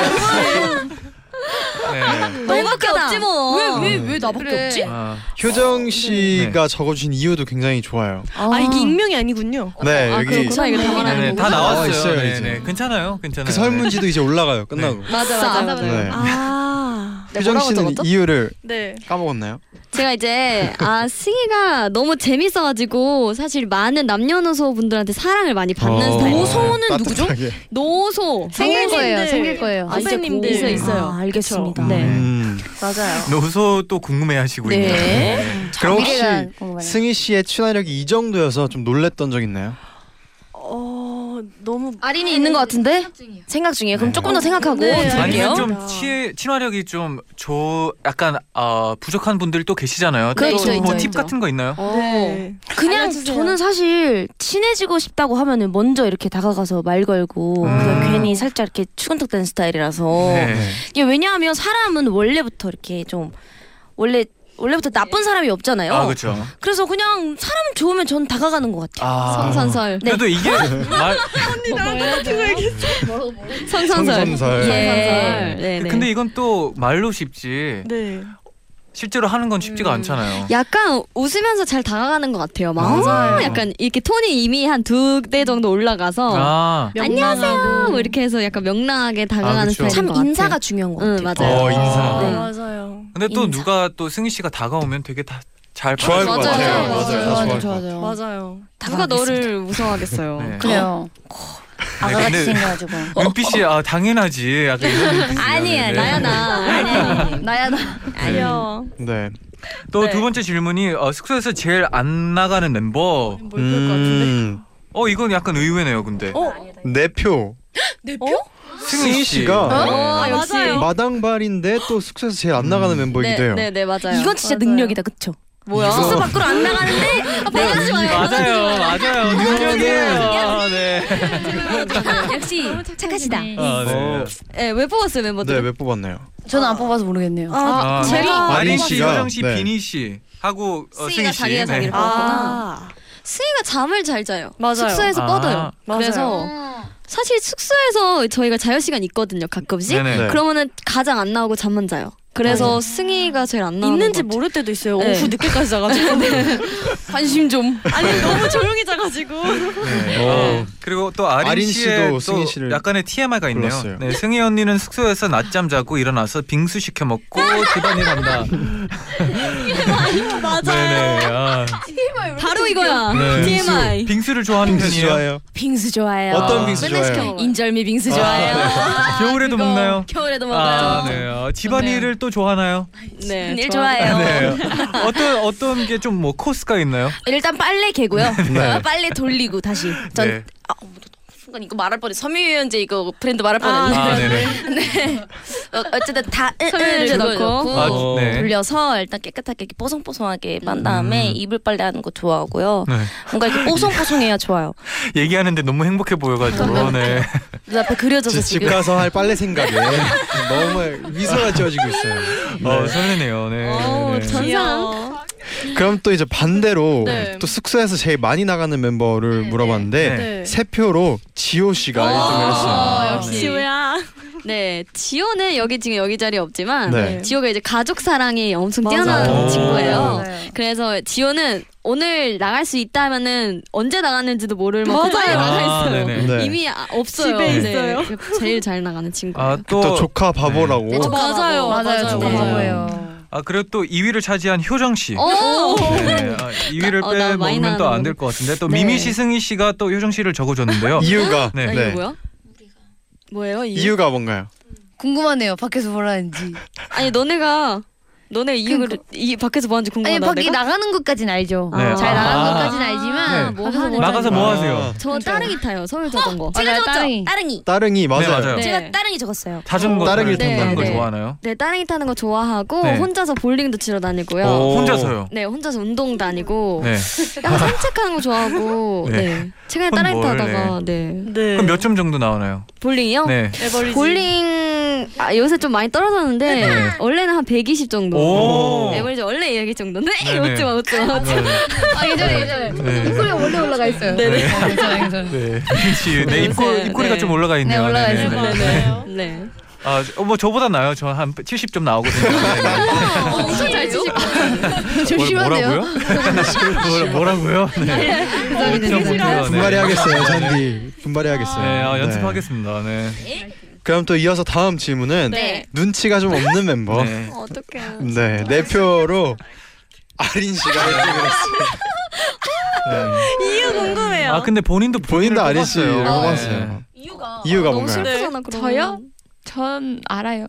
Speaker 2: 네.
Speaker 12: 너밖에 없지 뭐.
Speaker 7: 왜, 왜 네. 나밖에 없지?
Speaker 2: 아,
Speaker 4: 음. 효정 씨가 적어준 이유도 굉장히 좋아요.
Speaker 1: 아 이게 익명이 아니군요.
Speaker 4: 네,
Speaker 7: 아,
Speaker 4: 여기
Speaker 7: 그렇구나. 이거 다
Speaker 2: 네,
Speaker 7: 말하는
Speaker 2: 네,
Speaker 7: 거구나.
Speaker 2: 다 나왔어요.
Speaker 4: 있어요,
Speaker 2: 네,
Speaker 4: 이제.
Speaker 2: 네. 괜찮아요, 괜찮아요.
Speaker 4: 그 설문지도 이제 올라가요. 끝나고.
Speaker 7: 맞아, 맞아, 맞아. 네,
Speaker 4: 네.
Speaker 1: 아
Speaker 4: 효정 씨는 이유를
Speaker 1: 네.
Speaker 4: 까먹었나요?
Speaker 9: 제가 이제 아 승희가 너무 재밌어가지고 사실 많은 남녀노소 분들한테 사랑을 많이 받는
Speaker 4: 어.
Speaker 9: 스타일.
Speaker 4: 네,
Speaker 9: 노소는 누구죠?
Speaker 4: 따뜻하게.
Speaker 9: 노소.
Speaker 7: 생길 거예요.
Speaker 1: 선생님들.
Speaker 7: 생길 거예요.
Speaker 9: 아, 이제
Speaker 1: 선생님들.
Speaker 9: 곧-
Speaker 1: 있어요, 있어요.
Speaker 9: 아, 알겠습니다.
Speaker 2: 그쵸.
Speaker 9: 네.
Speaker 4: 음.
Speaker 7: 맞아요.
Speaker 2: 노소 또 궁금해하시고
Speaker 7: 네.
Speaker 2: 있네요.
Speaker 4: 그럼 혹시
Speaker 7: 미래가
Speaker 8: 어.
Speaker 7: 궁금하네요.
Speaker 4: 승희 씨의 친화력이 이 정도여서 좀 놀랬던 적 있나요?
Speaker 1: 어 너무
Speaker 7: 아린이 있는 것 같은데?
Speaker 9: 생각 중이에요. 그럼
Speaker 2: 네.
Speaker 9: 조금 더 생각하고
Speaker 1: 네.
Speaker 9: 드릴게요.
Speaker 2: 아니면
Speaker 1: 그래요?
Speaker 2: 좀 치, 친화력이 좀 조, 약간 어, 부족한 분들이 또 계시잖아요.
Speaker 7: 그렇죠,
Speaker 2: 또
Speaker 7: 있죠,
Speaker 2: 뭐 팁
Speaker 7: 있죠.
Speaker 2: 같은 거 있나요?
Speaker 9: 어.
Speaker 1: 네.
Speaker 9: 그냥
Speaker 1: 알려주세요.
Speaker 9: 저는 사실 친해지고 싶다고 하면은 먼저 이렇게 다가가서 말 걸고
Speaker 2: 음.
Speaker 9: 그냥 괜히 살짝 이렇게 추근턱대는 스타일이라서
Speaker 7: 어.
Speaker 2: 네.
Speaker 9: 이게 왜냐하면 사람은 원래부터 이렇게 좀 원래 원래부터 나쁜 사람이 없잖아요.
Speaker 2: 아 그렇죠.
Speaker 9: 그래서 그냥 사람 좋으면 전 다가가는 것 같아요.
Speaker 2: 아.
Speaker 7: 성선설. 네.
Speaker 2: 그래도 이게 말
Speaker 4: 아.
Speaker 7: 성선설.
Speaker 4: 성선설.
Speaker 9: 예.
Speaker 7: 성선설.
Speaker 9: 네, 네.
Speaker 2: 근데 이건 또 말로 쉽지
Speaker 1: 네.
Speaker 2: 실제로 하는 건 쉽지가
Speaker 7: 음.
Speaker 2: 않잖아요.
Speaker 7: 약간 웃으면서 잘 다가가는 것 같아요. 막
Speaker 2: 맞아요.
Speaker 7: 어, 약간 이렇게 톤이 이미 한 두 대 정도 올라가서
Speaker 2: 아.
Speaker 7: 안녕하세요 뭐 이렇게 해서 약간 명랑하게 다가가는
Speaker 2: 그쵸.
Speaker 7: 스타일인
Speaker 9: 참
Speaker 7: 것 같아요.
Speaker 9: 인사가 중요한 것 같아요.
Speaker 7: 응 맞아요.
Speaker 4: 어, 인사.
Speaker 7: 네.
Speaker 1: 맞아요.
Speaker 2: 근데 또
Speaker 9: 인사.
Speaker 2: 누가 또 승희 씨가 다가오면 되게 다잘
Speaker 4: 좋아할 것
Speaker 7: 맞아요.
Speaker 4: 같아요. 다
Speaker 7: 맞아요.
Speaker 4: 좋아할 것
Speaker 8: 맞아요.
Speaker 4: 같아요.
Speaker 8: 맞아요.
Speaker 1: 맞아요.
Speaker 7: 누가 너를 무서워하겠어요.
Speaker 2: 네.
Speaker 8: 그래요.
Speaker 2: 아가같이
Speaker 8: 생겨가지고.
Speaker 2: 눈빛이 아 당연하지. 약간 이런 네. 눈빛이
Speaker 7: 아니야 나야 나 아니, 네. 나야 나
Speaker 1: 아니요.
Speaker 4: 네.
Speaker 2: 또두
Speaker 1: 네.
Speaker 2: 번째 질문이 어, 숙소에서 제일 안 나가는 멤버.
Speaker 1: 뭘 그럴 것 같은데.
Speaker 2: 어 이건 약간 의외네요, 근데.
Speaker 1: 어?
Speaker 4: 음. 내표
Speaker 1: 내 표?
Speaker 4: 승희 씨가
Speaker 2: 네.
Speaker 7: 어,
Speaker 1: 아, 역시. 맞아요.
Speaker 4: 마당발인데 또 숙소에서 제일 안 나가는 멤버이기도 해요.
Speaker 7: 네. 네네 네, 맞아요.
Speaker 9: 이건 진짜
Speaker 1: 맞아요.
Speaker 9: 능력이다, 그쵸? 네.
Speaker 7: 뭐야?
Speaker 9: 숙소 밖으로 안 나가는데
Speaker 7: 받아주지 마요.
Speaker 2: 맞아요, 맞아요. 능력이에요. 네.
Speaker 9: 역시 착하시다.
Speaker 2: 아,
Speaker 4: 어.
Speaker 2: 네.
Speaker 7: 네, 왜 뽑았어요
Speaker 4: 네,
Speaker 7: 멤버들?
Speaker 4: 왜 뽑았나요?
Speaker 7: 저는 안 뽑아서 모르겠네요.
Speaker 1: 아,
Speaker 2: 아,
Speaker 1: 제가
Speaker 2: 아린
Speaker 4: 아린
Speaker 2: 씨,
Speaker 4: 씨가,
Speaker 2: 효정 씨,
Speaker 4: 네.
Speaker 2: 비니 씨 하고 어,
Speaker 7: 승희가
Speaker 2: 승희 씨.
Speaker 7: 자기가 자기를
Speaker 2: 네.
Speaker 1: 아.
Speaker 7: 승희가 잠을 잘 자요.
Speaker 1: 맞아요.
Speaker 7: 숙소에서
Speaker 2: 아,
Speaker 7: 뻗어요.
Speaker 1: 맞아요.
Speaker 7: 그래서 사실 숙소에서 저희가 자유 시간 있거든요. 가끔씩.
Speaker 2: 네네.
Speaker 4: 네.
Speaker 7: 그러면은 가장 안 나오고 잠만 자요. 그래서
Speaker 6: 맞아요.
Speaker 7: 승희가 제일 안 나오는
Speaker 6: 네. 있는지 네.
Speaker 7: 것
Speaker 6: 모를 때도 있어요.
Speaker 7: 네.
Speaker 6: 오후 늦게까지 자가지고.
Speaker 7: 관심 좀.
Speaker 6: 아니 너무 조용히 자가지고.
Speaker 2: 어, 그리고 또 아린,
Speaker 4: 네. 아린
Speaker 2: 씨의
Speaker 4: 씨도
Speaker 2: 또
Speaker 4: 승희 씨를
Speaker 2: 약간의 TMI가 있네요.
Speaker 4: 골랐어요.
Speaker 2: 네, 승희 언니는 숙소에서 낮잠 자고 일어나서 빙수 시켜 먹고 집안일 한다.
Speaker 6: 맞아요.
Speaker 2: 네네. 아,
Speaker 7: 바로 이거야.
Speaker 2: 네.
Speaker 7: 아, TMI.
Speaker 2: 빙수를 좋아하는
Speaker 4: 빙수
Speaker 2: 편이에요.
Speaker 4: 좋아해요.
Speaker 9: 빙수 좋아해요.
Speaker 4: 어떤 빙수
Speaker 7: 맨날 시켜
Speaker 4: 좋아해요?
Speaker 7: 먹어요.
Speaker 9: 인절미 빙수
Speaker 4: 아,
Speaker 9: 좋아해요.
Speaker 2: 네. 겨울에도
Speaker 9: 그거
Speaker 2: 먹나요?
Speaker 9: 겨울에도
Speaker 2: 아,
Speaker 9: 먹어요.
Speaker 2: 네. 어, 집안일을 또 좋아하나요?
Speaker 7: 네.
Speaker 9: 일
Speaker 7: 좋아.
Speaker 9: 좋아해요.
Speaker 2: 네. 어떤 어떤 게 좀 뭐 코스가 있나요?
Speaker 9: 일단 빨래 개고요. 어,
Speaker 4: 네.
Speaker 9: 빨래 돌리고 다시. 전
Speaker 2: 네.
Speaker 9: 순간 이거 말할 뻔해. 섬유유연제 이거 브랜드 말할
Speaker 6: 아,
Speaker 9: 뻔했네.
Speaker 2: 아, 네네.
Speaker 9: 어, 어쨌든 다
Speaker 7: 섬유유연제
Speaker 9: 섬유유연제 넣고,
Speaker 7: 넣고.
Speaker 2: 아,
Speaker 4: 어.
Speaker 2: 네.
Speaker 9: 돌려서 일단 깨끗하게 이렇게 뽀송뽀송하게 만 다음에
Speaker 2: 음.
Speaker 9: 이불 빨래하는 거 좋아하고요.
Speaker 2: 네.
Speaker 9: 뭔가 이렇게 뽀송뽀송해야 좋아요.
Speaker 2: 얘기하는데 너무 행복해 보여가지고 네.
Speaker 9: 눈앞에 그려져서
Speaker 4: 지- 집
Speaker 9: 지금 네.
Speaker 4: 가서 할 빨래 생각에 너무 미소가 지어지고 있어요. 네.
Speaker 2: 어 설레네요. 네.
Speaker 7: 어,
Speaker 2: 네.
Speaker 7: 전-
Speaker 4: 그럼 또 이제 반대로
Speaker 6: 네.
Speaker 4: 또 숙소에서 제일 많이 나가는 멤버를 물어봤는데
Speaker 6: 네.
Speaker 4: 세 표로 지호
Speaker 6: 어,
Speaker 4: 씨가
Speaker 7: 아.
Speaker 4: 1등을 했어요.
Speaker 7: 역시.
Speaker 6: 지우야.
Speaker 7: 네, 지호는 여기 지금 여기 자리 없지만
Speaker 4: 네.
Speaker 7: 지호가 이제 가족 사랑이 엄청
Speaker 6: 맞아요. 네.
Speaker 7: 뛰어난
Speaker 2: 오.
Speaker 7: 친구예요.
Speaker 6: 맞아요.
Speaker 7: 그래서 지호는 오늘 나갈 수 있다면은 언제 나갔는지도 모를
Speaker 6: 맞아요.
Speaker 7: 만큼 빨리 나가
Speaker 2: 아,
Speaker 7: 있어요.
Speaker 2: 네네.
Speaker 4: 네.
Speaker 7: 이미 아- 없어요.
Speaker 6: 집에 있어요.
Speaker 7: 제일 잘 나가는 친구. 예요
Speaker 2: 아또
Speaker 4: 또 조카 바보라고.
Speaker 7: 네, 조카.
Speaker 6: 맞아요.
Speaker 8: 맞아요.
Speaker 7: 맞아요.
Speaker 8: 저거
Speaker 7: 네.
Speaker 8: 바보예요.
Speaker 2: 아 그리고 또 2위를 차지한 효정 씨. 네, 아, 2위를
Speaker 7: 어, 나 많이
Speaker 2: 빼먹으면 또 안
Speaker 7: 나가는구나.
Speaker 2: 될 것 같은데 또
Speaker 7: 네.
Speaker 2: 미미 씨, 승희 씨가 또 효정 씨를 적어줬는데요.
Speaker 4: 이유가
Speaker 2: 네.
Speaker 7: 아, 이거 뭐야?
Speaker 6: 뭐예요? 이유?
Speaker 4: 이유가 뭔가요?
Speaker 8: 궁금하네요. 밖에서 뭐라는지.
Speaker 7: 아니 너네가 너네 이유를 이 밖에서 뭐 하는지
Speaker 8: 그 아니
Speaker 7: 궁금하다.
Speaker 8: 밖에 나가는 것까진 알죠.
Speaker 2: 네.
Speaker 8: 잘 나가는
Speaker 2: 아.
Speaker 8: 것까진 알지만
Speaker 2: 네.
Speaker 7: 뭐
Speaker 8: 밖에서
Speaker 7: 하는
Speaker 8: 뭐라-
Speaker 2: 나가서
Speaker 4: 아.
Speaker 2: 뭐 하세요?
Speaker 7: 저 따릉이 타요. 서울
Speaker 8: 어,
Speaker 7: 자전거.
Speaker 8: 맞아요, 따릉이.
Speaker 9: 따릉이.
Speaker 4: 따릉이 맞아요.
Speaker 2: 네, 맞아요.
Speaker 7: 네.
Speaker 9: 제가 따릉이 적었어요.
Speaker 2: 자전거
Speaker 4: 다른
Speaker 2: 타는
Speaker 4: 길
Speaker 2: 거
Speaker 7: 네, 네.
Speaker 2: 좋아하나요?
Speaker 7: 네, 따릉이 타는 거 좋아하고
Speaker 2: 네.
Speaker 7: 혼자서 볼링도 치러 다니고요.
Speaker 4: 오.
Speaker 2: 혼자서요.
Speaker 7: 네, 혼자서 운동 다니고
Speaker 2: 네.
Speaker 7: 약간 산책하는 거 좋아하고
Speaker 2: 네.
Speaker 7: 네. 최근에
Speaker 2: 그건
Speaker 7: 따릉이
Speaker 2: 뭘,
Speaker 7: 타다가 네.
Speaker 6: 네.
Speaker 2: 그럼 몇 점 정도 나오나요?
Speaker 7: 볼링이요?
Speaker 2: 네.
Speaker 6: 에버리지.
Speaker 7: 볼링 아, 요새 좀 많이 떨어졌는데 원래는 한 120 정도.
Speaker 2: 네. 오.
Speaker 7: 에버리지 원래 이야기 정도네.
Speaker 2: 네네.
Speaker 7: 웃지마 웃지마.
Speaker 8: 아 예전에 예전에
Speaker 2: 네.
Speaker 8: 입꼬리 원래 올라가 있어요.
Speaker 2: 네.
Speaker 8: 어, 괜찮아요, 괜찮아요.
Speaker 2: 네. 그치. 네,
Speaker 7: 네,
Speaker 2: 입꼬,
Speaker 7: 요새,
Speaker 2: 입꼬리가
Speaker 7: 네.
Speaker 2: 좀 올라가 있네요.
Speaker 8: 네, 올라가
Speaker 2: 네네.
Speaker 8: 있어요.
Speaker 6: 맞아요.
Speaker 7: 네.
Speaker 2: 아, 저- 뭐 저보다 나요. 저 한 70점 나오거든요. 네,
Speaker 7: 어, 엄청 잘 치실 것 같아요.
Speaker 8: 조심하세요.
Speaker 2: 뭐라, 뭐라고요? 네.
Speaker 8: 죄송합니다.
Speaker 2: 네.
Speaker 4: 분발해야겠어요, 잔디. 분발해야겠어요.
Speaker 2: 네, 아,
Speaker 4: 네.
Speaker 2: 연습하겠습니다. 네.
Speaker 4: 그럼 또 이어서 다음 질문은
Speaker 7: 네.
Speaker 4: 눈치가 좀 없는 멤버. 네,
Speaker 2: 네.
Speaker 7: 어떡해.
Speaker 4: 네, 네 표로 아린 씨가 1등을 했어요.
Speaker 2: 네.
Speaker 6: 이유 궁금해요.
Speaker 2: 아, 근데 본인도
Speaker 4: 본인도 아린 씨를
Speaker 2: 뽑았어요. 네.
Speaker 4: 뽑았어요. 이유가
Speaker 7: 너무
Speaker 4: 뭔가요?
Speaker 7: 슬프잖아 그럼.
Speaker 13: 저요? 전 알아요.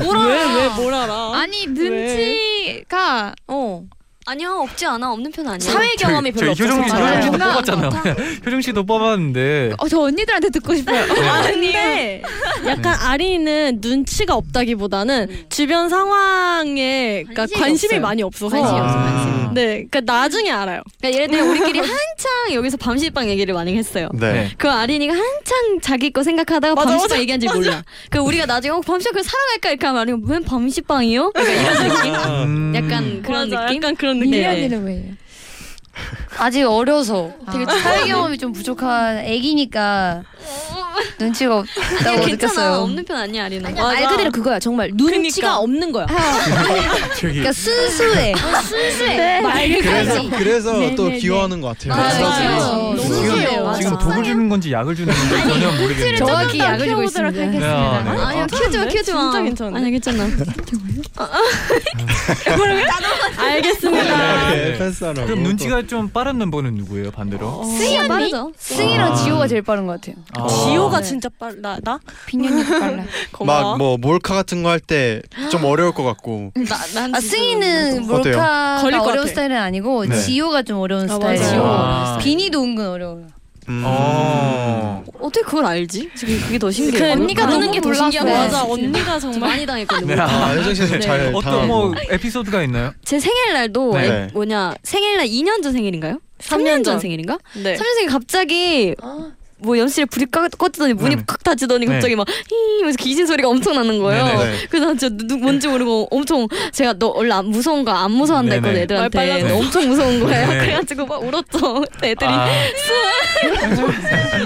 Speaker 6: 왜왜뭘 알아?
Speaker 13: 아니 눈치가
Speaker 7: 어. 아니야 없지 않아 없는 편 아니야.
Speaker 9: 사회 경험이
Speaker 2: 저희
Speaker 9: 별로
Speaker 2: 효정 씨, 효정
Speaker 9: 없어서
Speaker 2: 씨도
Speaker 13: 아,
Speaker 2: 뽑았잖아요. 효정 씨도 뽑았는데.
Speaker 13: 어, 저 언니들한테 듣고 싶어요.
Speaker 2: 음.
Speaker 7: 아,
Speaker 6: 근데 약간
Speaker 8: 음.
Speaker 6: 아린이는 눈치가 없다기보다는 주변 상황에 그러니까
Speaker 7: 관심이
Speaker 6: 관심이,
Speaker 7: 없어요.
Speaker 6: 많이 없어서
Speaker 2: 아.
Speaker 7: 관심이 없어,
Speaker 2: 관심.
Speaker 6: 네, 그러니까 나중에 알아요.
Speaker 7: 그러니까 예를 들어 우리끼리 한창 여기서 밤실빵 얘기를 많이 했어요.
Speaker 8: 음.
Speaker 4: 네.
Speaker 2: 네.
Speaker 7: 그 아린이가 한창 자기 거 생각하다가
Speaker 6: 맞아,
Speaker 7: 밤식빵
Speaker 6: 맞아,
Speaker 7: 얘기한지 몰라. 그 우리가 나중에 어, 밤식빵 사랑할까 이렇게 하면 아린이가 웬 밤식빵이요?
Speaker 2: 음.
Speaker 7: 약간 그런
Speaker 6: 맞아,
Speaker 7: 느낌?
Speaker 6: 약간 그런 느낌.
Speaker 7: 네.
Speaker 13: 미리 언니는 왜요?
Speaker 8: 아직 어려서 되게
Speaker 13: 아.
Speaker 8: 사회 경험이 좀 부족한 애기니까 눈치가 없다고
Speaker 7: 괜찮아
Speaker 8: 느꼈어요.
Speaker 7: 없는 편 아니야 아린아.
Speaker 9: 그냥 말 그대로 그거야 정말 눈치가 없는 거야.
Speaker 2: 저기.
Speaker 8: 그러니까 순수해.
Speaker 9: 순수해.
Speaker 4: 그래서 그래서 또 귀여워하는 것 같아요.
Speaker 2: 지금-
Speaker 4: 사람들이.
Speaker 7: 맞아요. 맞아요. 너무
Speaker 2: 지금-
Speaker 7: 귀여워요.
Speaker 2: 지금
Speaker 7: 맞아.
Speaker 2: 독을 주는 건지 약을 주는 건지 전혀 모르겠네요.
Speaker 8: 정확히 약을 주고
Speaker 13: 키워보도록
Speaker 8: 있습니다.
Speaker 2: 야, 네.
Speaker 7: 아니야 키워줘
Speaker 6: 괜찮은데?
Speaker 7: 키워줘.
Speaker 6: 진짜 괜찮은데?
Speaker 7: 아니야 괜찮아.
Speaker 6: 알겠습니다.
Speaker 4: 네, 패스하라고.
Speaker 2: 그럼 눈치가 좀 빠른 멤버는 누구예요 반대로?
Speaker 7: 승희 언니?
Speaker 8: 승희랑 지호가 제일 빠른 것 같아요.
Speaker 2: 아.
Speaker 5: 네.
Speaker 6: 지호가 진짜 빨라. 나?
Speaker 13: 빈윤이 빨라.
Speaker 6: 고마워.
Speaker 4: 막뭐 몰카 같은 거 할 때 좀 어려울 것 같고
Speaker 8: 아, 승희는
Speaker 4: 어때요?
Speaker 8: 몰카가
Speaker 6: 걸릴 것
Speaker 8: 어려운
Speaker 6: 같아.
Speaker 8: 스타일은 아니고
Speaker 4: 네.
Speaker 8: 지호가 좀 어려운
Speaker 6: 아,
Speaker 8: 스타일.
Speaker 6: 맞아요.
Speaker 2: 아.
Speaker 8: 비니도 은근 어려워요.
Speaker 4: 음.
Speaker 2: 어.
Speaker 7: 어떻게 그걸 알지? 지금 그게 더
Speaker 6: 그
Speaker 7: 신기해.
Speaker 6: 언니가
Speaker 7: 모르는
Speaker 6: 너무
Speaker 7: 게더
Speaker 6: 놀랐어요.
Speaker 7: 신기한 거
Speaker 6: 맞아,
Speaker 7: 같아.
Speaker 6: 언니가
Speaker 7: 저
Speaker 6: 정말
Speaker 7: 많이 당했거든요.
Speaker 2: 네.
Speaker 4: 아, 여정 씨는 잘
Speaker 2: 어떤
Speaker 4: 당하고.
Speaker 2: 뭐 에피소드가 있나요?
Speaker 7: 제 생일날도
Speaker 2: 네.
Speaker 7: 애- 뭐냐 생일날 2년 전 생일인가요? 3년 전 생일인가?
Speaker 6: 네.
Speaker 7: 3년 생일 갑자기 뭐 연습실에 불이 꺼- 꺼지더니 문이
Speaker 2: 네네.
Speaker 7: 콱 닫히더니
Speaker 2: 네.
Speaker 7: 갑자기 막 히면서 귀신 소리가 엄청 나는 거예요.
Speaker 2: 네네.
Speaker 7: 그래서 난 진짜 누- 뭔지 모르고 엄청 제가 너 원래 안 무서운 거 안 무서워한다 했거든
Speaker 2: 네네.
Speaker 7: 애들한테
Speaker 6: 말 빨라서.
Speaker 7: 근데 엄청 무서운 거예요.
Speaker 2: 네.
Speaker 7: 그래가지고 막 울었죠. 애들이
Speaker 2: 아,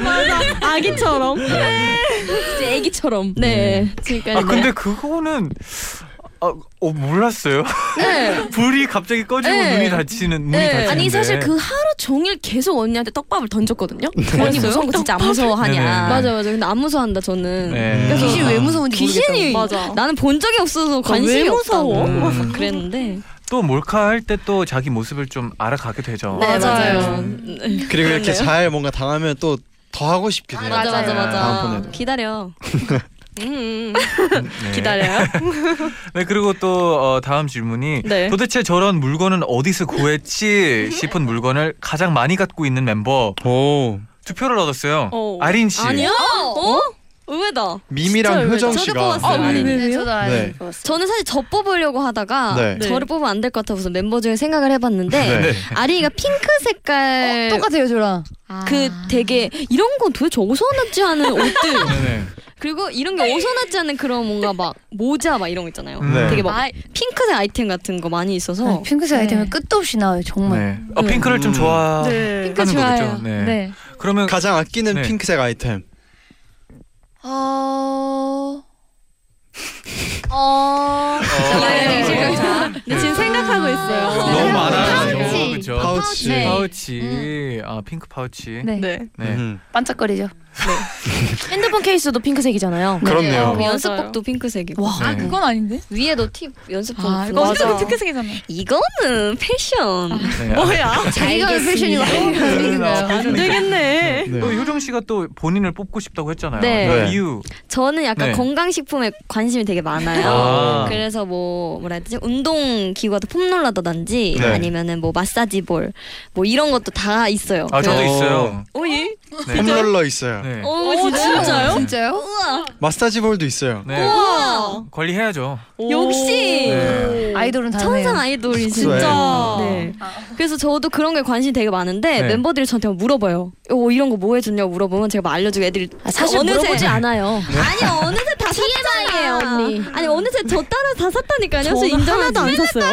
Speaker 6: 맞아. 아기처럼.
Speaker 7: 네. 진짜 애기처럼. 네. 지금까지.
Speaker 2: 아 근데 그거는 아, 어, 몰랐어요.
Speaker 9: 네.
Speaker 2: 불이 갑자기 꺼지고
Speaker 9: 네.
Speaker 2: 눈이 다치는 문이 다치는데.
Speaker 9: 아니 사실 그 하루 종일 계속 언니한테 떡밥을 던졌거든요. 언니 무서운 거 진짜 안 무서워하냐.
Speaker 2: 네네.
Speaker 7: 맞아 맞아. 근데 안 무서워한다 저는.
Speaker 2: 네.
Speaker 7: 그래서
Speaker 2: 귀신
Speaker 4: 아.
Speaker 2: 왜 무서운지
Speaker 7: 귀신이
Speaker 9: 모르겠다고. 맞아.
Speaker 7: 음. 나는 본 적이 없어서 관심이
Speaker 9: 왜 무서워?
Speaker 7: 없다고
Speaker 2: 음.
Speaker 7: 그랬는데.
Speaker 2: 또 몰카 할 때 또 자기 모습을 좀 알아가게 되죠.
Speaker 7: 네, 맞아요.
Speaker 4: 그리고 이렇게
Speaker 7: 그렇네요.
Speaker 4: 잘 뭔가 당하면 또 더 하고 싶게 돼요.
Speaker 7: 맞아 맞아 맞아.
Speaker 4: 다음번에도.
Speaker 7: 기다려.
Speaker 6: 음,
Speaker 2: 네.
Speaker 6: 기다려요.
Speaker 2: 네 그리고 또 어, 다음 질문이
Speaker 6: 네.
Speaker 2: 도대체 저런 물건은 어디서 구했지 싶은 물건을 가장 많이 갖고 있는 멤버
Speaker 4: 오
Speaker 2: 투표를 얻었어요.
Speaker 6: 어.
Speaker 2: 아린 씨.
Speaker 7: 아니요? 어? 의외다.
Speaker 4: 미미랑 효정
Speaker 7: 저도
Speaker 4: 씨가
Speaker 7: 뽑았어요. 어.
Speaker 4: 네.
Speaker 7: 아니,
Speaker 8: 네, 저도
Speaker 4: 네.
Speaker 8: 아는 거 같습니다.
Speaker 7: 저는 사실 저 뽑으려고 하다가
Speaker 4: 네.
Speaker 6: 네.
Speaker 7: 저를 뽑으면 안 될 것 같아서 멤버 중에 생각을 해봤는데
Speaker 4: 네.
Speaker 7: 아린이가 핑크 색깔
Speaker 9: 어,
Speaker 8: 똑같아요 저랑.
Speaker 7: 그 되게 이런 건 도대체 어디서 났지 하는 옷들
Speaker 2: 네네.
Speaker 7: 그리고 이런 게 어디서 났지 하는 그런 뭔가 막 모자 막 이런 거 있잖아요.
Speaker 4: 네.
Speaker 7: 되게 막 핑크색 아이템 같은 거 많이
Speaker 8: 네,
Speaker 7: 있어서
Speaker 8: 핑크색
Speaker 13: 네.
Speaker 8: 아이템은 끝도 없이 나와요 정말.
Speaker 2: 네. 어, 핑크를 좀
Speaker 4: 음.
Speaker 6: 네.
Speaker 2: 좋아하는 거겠죠. 네.
Speaker 13: 네.
Speaker 2: 그러면
Speaker 4: 가장 아끼는
Speaker 2: 네.
Speaker 4: 핑크색 아이템.
Speaker 8: 어.
Speaker 9: 어.
Speaker 7: 되게
Speaker 9: 네.
Speaker 7: 싫어요.
Speaker 6: 근데 지금 생각하고 있어요.
Speaker 2: 아, 너무
Speaker 7: 네.
Speaker 2: 많아요.
Speaker 8: 파우치.
Speaker 2: 그렇죠.
Speaker 4: 어, 파우치.
Speaker 8: 네.
Speaker 2: 파우치. 아 핑크 파우치.
Speaker 13: 네.
Speaker 6: 네.
Speaker 2: 네.
Speaker 4: 음.
Speaker 13: 반짝거리죠.
Speaker 9: 핸드폰 케이스도 핑크색이잖아요.
Speaker 4: 그렇네요.
Speaker 7: 어,
Speaker 13: 맞아요.
Speaker 7: 연습복도 핑크색이고
Speaker 9: 와.
Speaker 13: 아
Speaker 2: 네.
Speaker 13: 그건 아닌데.
Speaker 7: 위에 너티 연습복
Speaker 13: 아
Speaker 7: 같은
Speaker 13: 이거
Speaker 7: 거.
Speaker 13: 완전 핑크색이잖아.
Speaker 7: 이거는 패션
Speaker 2: 네.
Speaker 6: 뭐야?
Speaker 8: 자기가 왜 패션이고
Speaker 2: 아,
Speaker 8: 아이템인가요?
Speaker 2: 패션이-
Speaker 6: 안 되겠네.
Speaker 4: 네.
Speaker 2: 또 효정 씨가 또 본인을 뽑고 싶다고 했잖아요.
Speaker 7: 네.
Speaker 2: 그
Speaker 4: 네.
Speaker 2: 이유.
Speaker 7: 저는 약간
Speaker 2: 네.
Speaker 7: 건강식품에 관심이 되게 많아요.
Speaker 2: 아.
Speaker 7: 그래서 뭐 뭐라 해야 되지 운동 기구가 폼롤러다든지
Speaker 4: 네.
Speaker 7: 아니면은 뭐 마사지 볼 뭐 이런 것도 다 있어요.
Speaker 2: 아 저도
Speaker 4: 어.
Speaker 2: 있어요.
Speaker 7: 오예?
Speaker 4: 폼롤러 있어요.
Speaker 2: 네.
Speaker 7: 오 진짜요?
Speaker 8: 진짜요?
Speaker 7: 우와
Speaker 4: 마사지 볼도 있어요.
Speaker 2: 네.
Speaker 7: 우와
Speaker 2: 관리해야죠.
Speaker 7: 역시
Speaker 2: 네.
Speaker 8: 아이돌은 다르네요.
Speaker 7: 천상 아이돌이
Speaker 4: 진짜.
Speaker 7: 진짜. 네. 그래서 저도 그런 게 관심이 되게 많은데
Speaker 2: 네.
Speaker 7: 멤버들이 저한테 막 물어봐요. 어, 이런 거 뭐 해줬냐고 물어보면 제가 막 알려주고 애들이
Speaker 9: 사실
Speaker 7: 어느새- 네.
Speaker 9: 물어보지 않아요.
Speaker 7: 아니 어느새 다 샀잖아요
Speaker 9: 언니.
Speaker 7: 아니 어느새 저 따라 다 샀다니까요. 그래서 인정하지.
Speaker 9: 안 샀어요.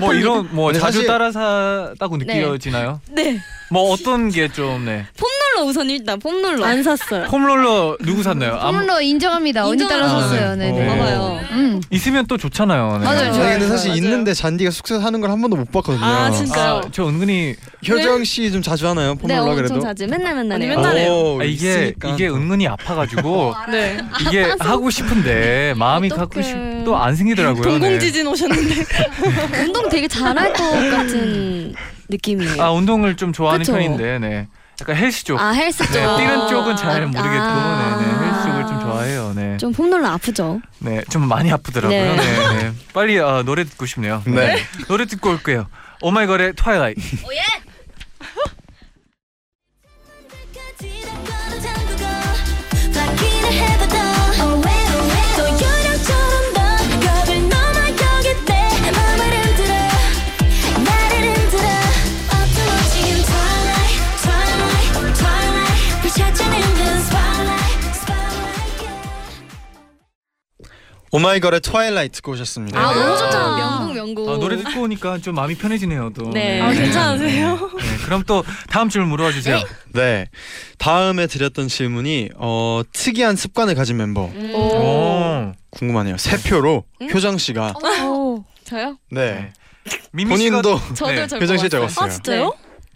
Speaker 2: 뭐 이런 뭐
Speaker 4: 근데
Speaker 2: 자주
Speaker 4: 사실-
Speaker 2: 따라 사다고 느껴지나요?
Speaker 7: 네.
Speaker 2: 뭐 어떤 게 좀 네.
Speaker 7: 폼롤러 우선 일단 폼롤러.
Speaker 6: 안 샀어요.
Speaker 2: 폼롤러 누구 샀나요? 아무-
Speaker 8: 폼롤러 인정합니다. 언니
Speaker 7: 인정합니다.
Speaker 4: 아,
Speaker 8: 따라 샀어요. 네.
Speaker 2: 네.
Speaker 8: 네.
Speaker 7: 봐봐요.
Speaker 8: 음.
Speaker 2: 있으면 또 좋잖아요. 네.
Speaker 8: 맞아요.
Speaker 4: 아니, 근데 사실
Speaker 6: 맞아요.
Speaker 4: 있는데 잔디가 숙소에서 하는 걸 한 번도 못 봤거든요.
Speaker 6: 아 진짜요?
Speaker 2: 아, 저 은근히
Speaker 4: 효정 씨 좀 자주 하나요?
Speaker 7: 네,
Speaker 4: 폼롤러
Speaker 7: 엄청
Speaker 4: 그래도?
Speaker 7: 자주 맨날 맨날
Speaker 6: 아니,
Speaker 7: 해요.
Speaker 6: 맨날 해요.
Speaker 4: 오,
Speaker 2: 아, 이게
Speaker 4: 어, 있으니까.
Speaker 2: 이게 은근히 아파가지고
Speaker 6: 네.
Speaker 2: 이게 하고 싶은데 마음이 갖고
Speaker 7: 어떡해.
Speaker 2: 싶또안 생기더라고요. 네.
Speaker 6: 동공지진 오셨는데.
Speaker 7: 운동 되게 잘할 것 같은
Speaker 2: 네.
Speaker 7: 느낌이에요.
Speaker 2: 아 운동을 좀 좋아하는
Speaker 7: 그쵸.
Speaker 2: 편인데, 네. 약간 헬스 쪽.
Speaker 7: 아 헬스 쪽.
Speaker 2: 네, 뛰는 쪽은 잘 모르겠고,
Speaker 7: 아.
Speaker 2: 네, 네, 헬스 쪽을 좀 좋아해요. 네,
Speaker 7: 좀 폼롤러 아프죠?
Speaker 2: 네, 좀 많이 아프더라고요.
Speaker 7: 네.
Speaker 2: 네, 네. 빨리 아, 노래 듣고 싶네요.
Speaker 4: 네.
Speaker 2: 노래 듣고 올게요. Oh 오마이걸의 트와일라이트.
Speaker 5: 그
Speaker 4: 오마이걸의 트와일라이트 듣고 오셨습니다.
Speaker 7: 아
Speaker 2: 네.
Speaker 7: 너무 좋다. 명곡 명곡.
Speaker 2: 아, 노래 듣고 오니까 좀 마음이 편해지네요. 또.
Speaker 7: 네. 아,
Speaker 6: 괜찮으세요?
Speaker 2: 네. 그럼 또 다음 질문 물어봐 주세요.
Speaker 4: 네. 다음에 드렸던 질문이 어, 특이한 습관을 가진 멤버
Speaker 7: 음.
Speaker 2: 오.
Speaker 4: 궁금하네요. 세 표로 효정 씨가
Speaker 7: 오. 저요?
Speaker 4: 네.
Speaker 2: 미미 씨가
Speaker 4: 본인도
Speaker 7: 저도
Speaker 2: 네.
Speaker 7: 저거.
Speaker 4: 효정 씨
Speaker 7: 봤어요.
Speaker 4: 적었어요.
Speaker 7: 네.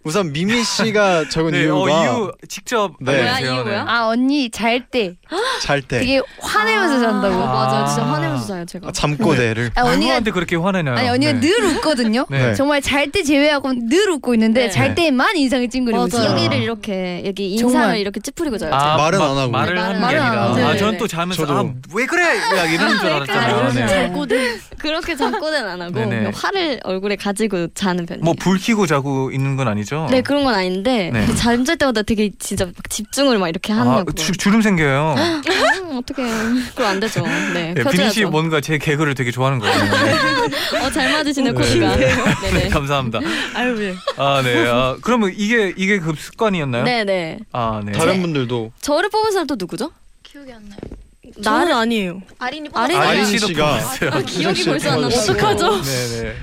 Speaker 4: 우선 미미 씨가 적은
Speaker 2: 네, 어,
Speaker 4: 이유가
Speaker 2: 이유 직접
Speaker 4: 네.
Speaker 2: 알려주세요.
Speaker 7: 뭐야, 이유 뭐야?
Speaker 8: 아 언니 잘 때
Speaker 4: 잘 때
Speaker 8: 되게 화내면서 잔다고.
Speaker 7: 아,
Speaker 8: 아,
Speaker 7: 맞아요. 진짜
Speaker 2: 아.
Speaker 7: 화내면서 자요 제가.
Speaker 4: 잠꼬대를
Speaker 8: 언니가
Speaker 2: 누구한테 아, 그렇게 화내나요?
Speaker 8: 아니 언니가
Speaker 2: 네.
Speaker 8: 늘 웃거든요.
Speaker 2: 네.
Speaker 8: 정말 잘 때 제외하고 늘 웃고 있는데
Speaker 7: 네.
Speaker 8: 잘 때만 인상을 찡그리고
Speaker 7: 맞아요.
Speaker 8: 있어요.
Speaker 7: 여기를 이렇게 여기 인상을
Speaker 8: 정말.
Speaker 7: 이렇게 찌푸리고 자요.
Speaker 2: 아,
Speaker 4: 말은
Speaker 2: 마-
Speaker 4: 안 하고.
Speaker 2: 말을 하는 게
Speaker 7: 말은 안
Speaker 2: 아니라.
Speaker 7: 하고.
Speaker 2: 아,
Speaker 7: 네,
Speaker 2: 저는
Speaker 7: 네.
Speaker 2: 또 자면서
Speaker 4: 저도.
Speaker 2: 아, 왜 그래? 야, 이러는 줄 알았잖아요.
Speaker 7: 이러면서
Speaker 2: 네.
Speaker 7: 그렇게 잠꼬대는 안 하고
Speaker 2: 네네.
Speaker 7: 그냥 화를 얼굴에 가지고 자는 편이에요.
Speaker 2: 뭐불 켜고 자고 있는 건 아니죠?
Speaker 7: 네 그런 건 아닌데
Speaker 2: 네.
Speaker 7: 그 잠잘 때마다 되게 진짜 막 집중을 막 이렇게
Speaker 2: 아,
Speaker 7: 한다고.
Speaker 2: 주, 주름 생겨요.
Speaker 7: 음, 어떻게 그럼 안 되죠.
Speaker 2: 네,
Speaker 7: 네,
Speaker 2: 비니 씨
Speaker 7: 펴줘야죠.
Speaker 2: 뭔가 제 개그를 되게 좋아하는 거예요. 네.
Speaker 7: 어잘
Speaker 2: 네.
Speaker 7: 맞으시네 코드가.
Speaker 2: 네,
Speaker 7: 네네.
Speaker 2: 감사합니다.
Speaker 6: 아유 왜?
Speaker 2: 아, 네. 아, 그러면 이게 이게 급 습관이었나요?
Speaker 7: 네네.
Speaker 2: 아, 네.
Speaker 4: 다른 분들도
Speaker 7: 저를 뽑은 사람 또 누구죠?
Speaker 9: 네.
Speaker 6: 나는 아니에요.
Speaker 7: 아린이
Speaker 5: 네.
Speaker 4: 아린
Speaker 2: 씨도
Speaker 4: 씨가
Speaker 2: 뽑았어요.
Speaker 7: 기억이 벌써 안 나.
Speaker 4: 어떡하죠?
Speaker 7: 어떡하죠?
Speaker 2: 네, 네.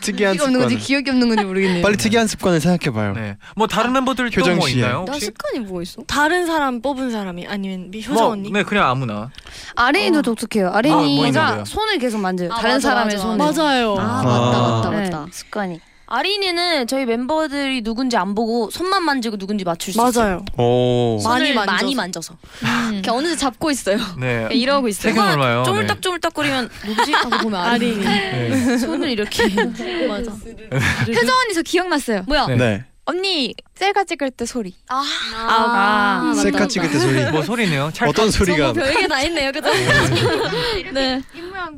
Speaker 4: 특이한
Speaker 8: 기억 없는 건지
Speaker 4: 습관.
Speaker 8: 기억이 없는 건지 모르겠네요.
Speaker 4: 빨리 특이한 습관을 생각해봐요.
Speaker 2: 네. 뭐 다른 멤버들 또
Speaker 4: 효정
Speaker 2: 뭐
Speaker 4: 아, 씨.
Speaker 2: 있나요?
Speaker 7: 나
Speaker 2: 혹시?
Speaker 7: 습관이 뭐 있어?
Speaker 6: 다른 사람 뽑은 사람이 아니면 미- 효정
Speaker 2: 뭐,
Speaker 6: 언니?
Speaker 2: 네, 그냥 아무나.
Speaker 8: 아린이도 독특해요.
Speaker 2: 뭐
Speaker 8: 아린이가
Speaker 2: 있는데요?
Speaker 8: 손을 계속 만져요.
Speaker 7: 어. 아,
Speaker 8: 다른
Speaker 7: 맞아,
Speaker 8: 사람의
Speaker 7: 맞아,
Speaker 8: 손을.
Speaker 6: 맞아요.
Speaker 7: 아,
Speaker 4: 아.
Speaker 7: 맞다 맞다
Speaker 8: 네,
Speaker 7: 맞다.
Speaker 8: 습관이.
Speaker 9: 아린이는 저희 멤버들이 누군지 안 보고 손만 만지고 누군지 맞출 수 있어요.
Speaker 6: 맞아요.
Speaker 4: 오.
Speaker 9: 손을
Speaker 6: 많이 만져서.
Speaker 9: 많이 만져서.
Speaker 7: 이렇게 어느새 잡고 있어요.
Speaker 2: 네.
Speaker 7: 음. 그 이러고 있어요.
Speaker 2: 세금 얼마요? 네.
Speaker 9: 쪼물딱쪼물딱거리면 누구지? 하고 보면 아린이.
Speaker 2: 네.
Speaker 9: 손을 이렇게. 맞아.
Speaker 7: 효정 언니 저 기억났어요.
Speaker 9: 뭐야?
Speaker 2: 네.
Speaker 4: 네.
Speaker 13: 언니 셀카 찍을 때 소리.
Speaker 9: 아,
Speaker 13: 아.
Speaker 7: 맞다,
Speaker 4: 셀카
Speaker 7: 맞다.
Speaker 4: 찍을 때 소리.
Speaker 2: 뭐 소리네요. 찰
Speaker 4: 어떤 소리가
Speaker 7: 저거 별게 다 있네요, 그죠? 네.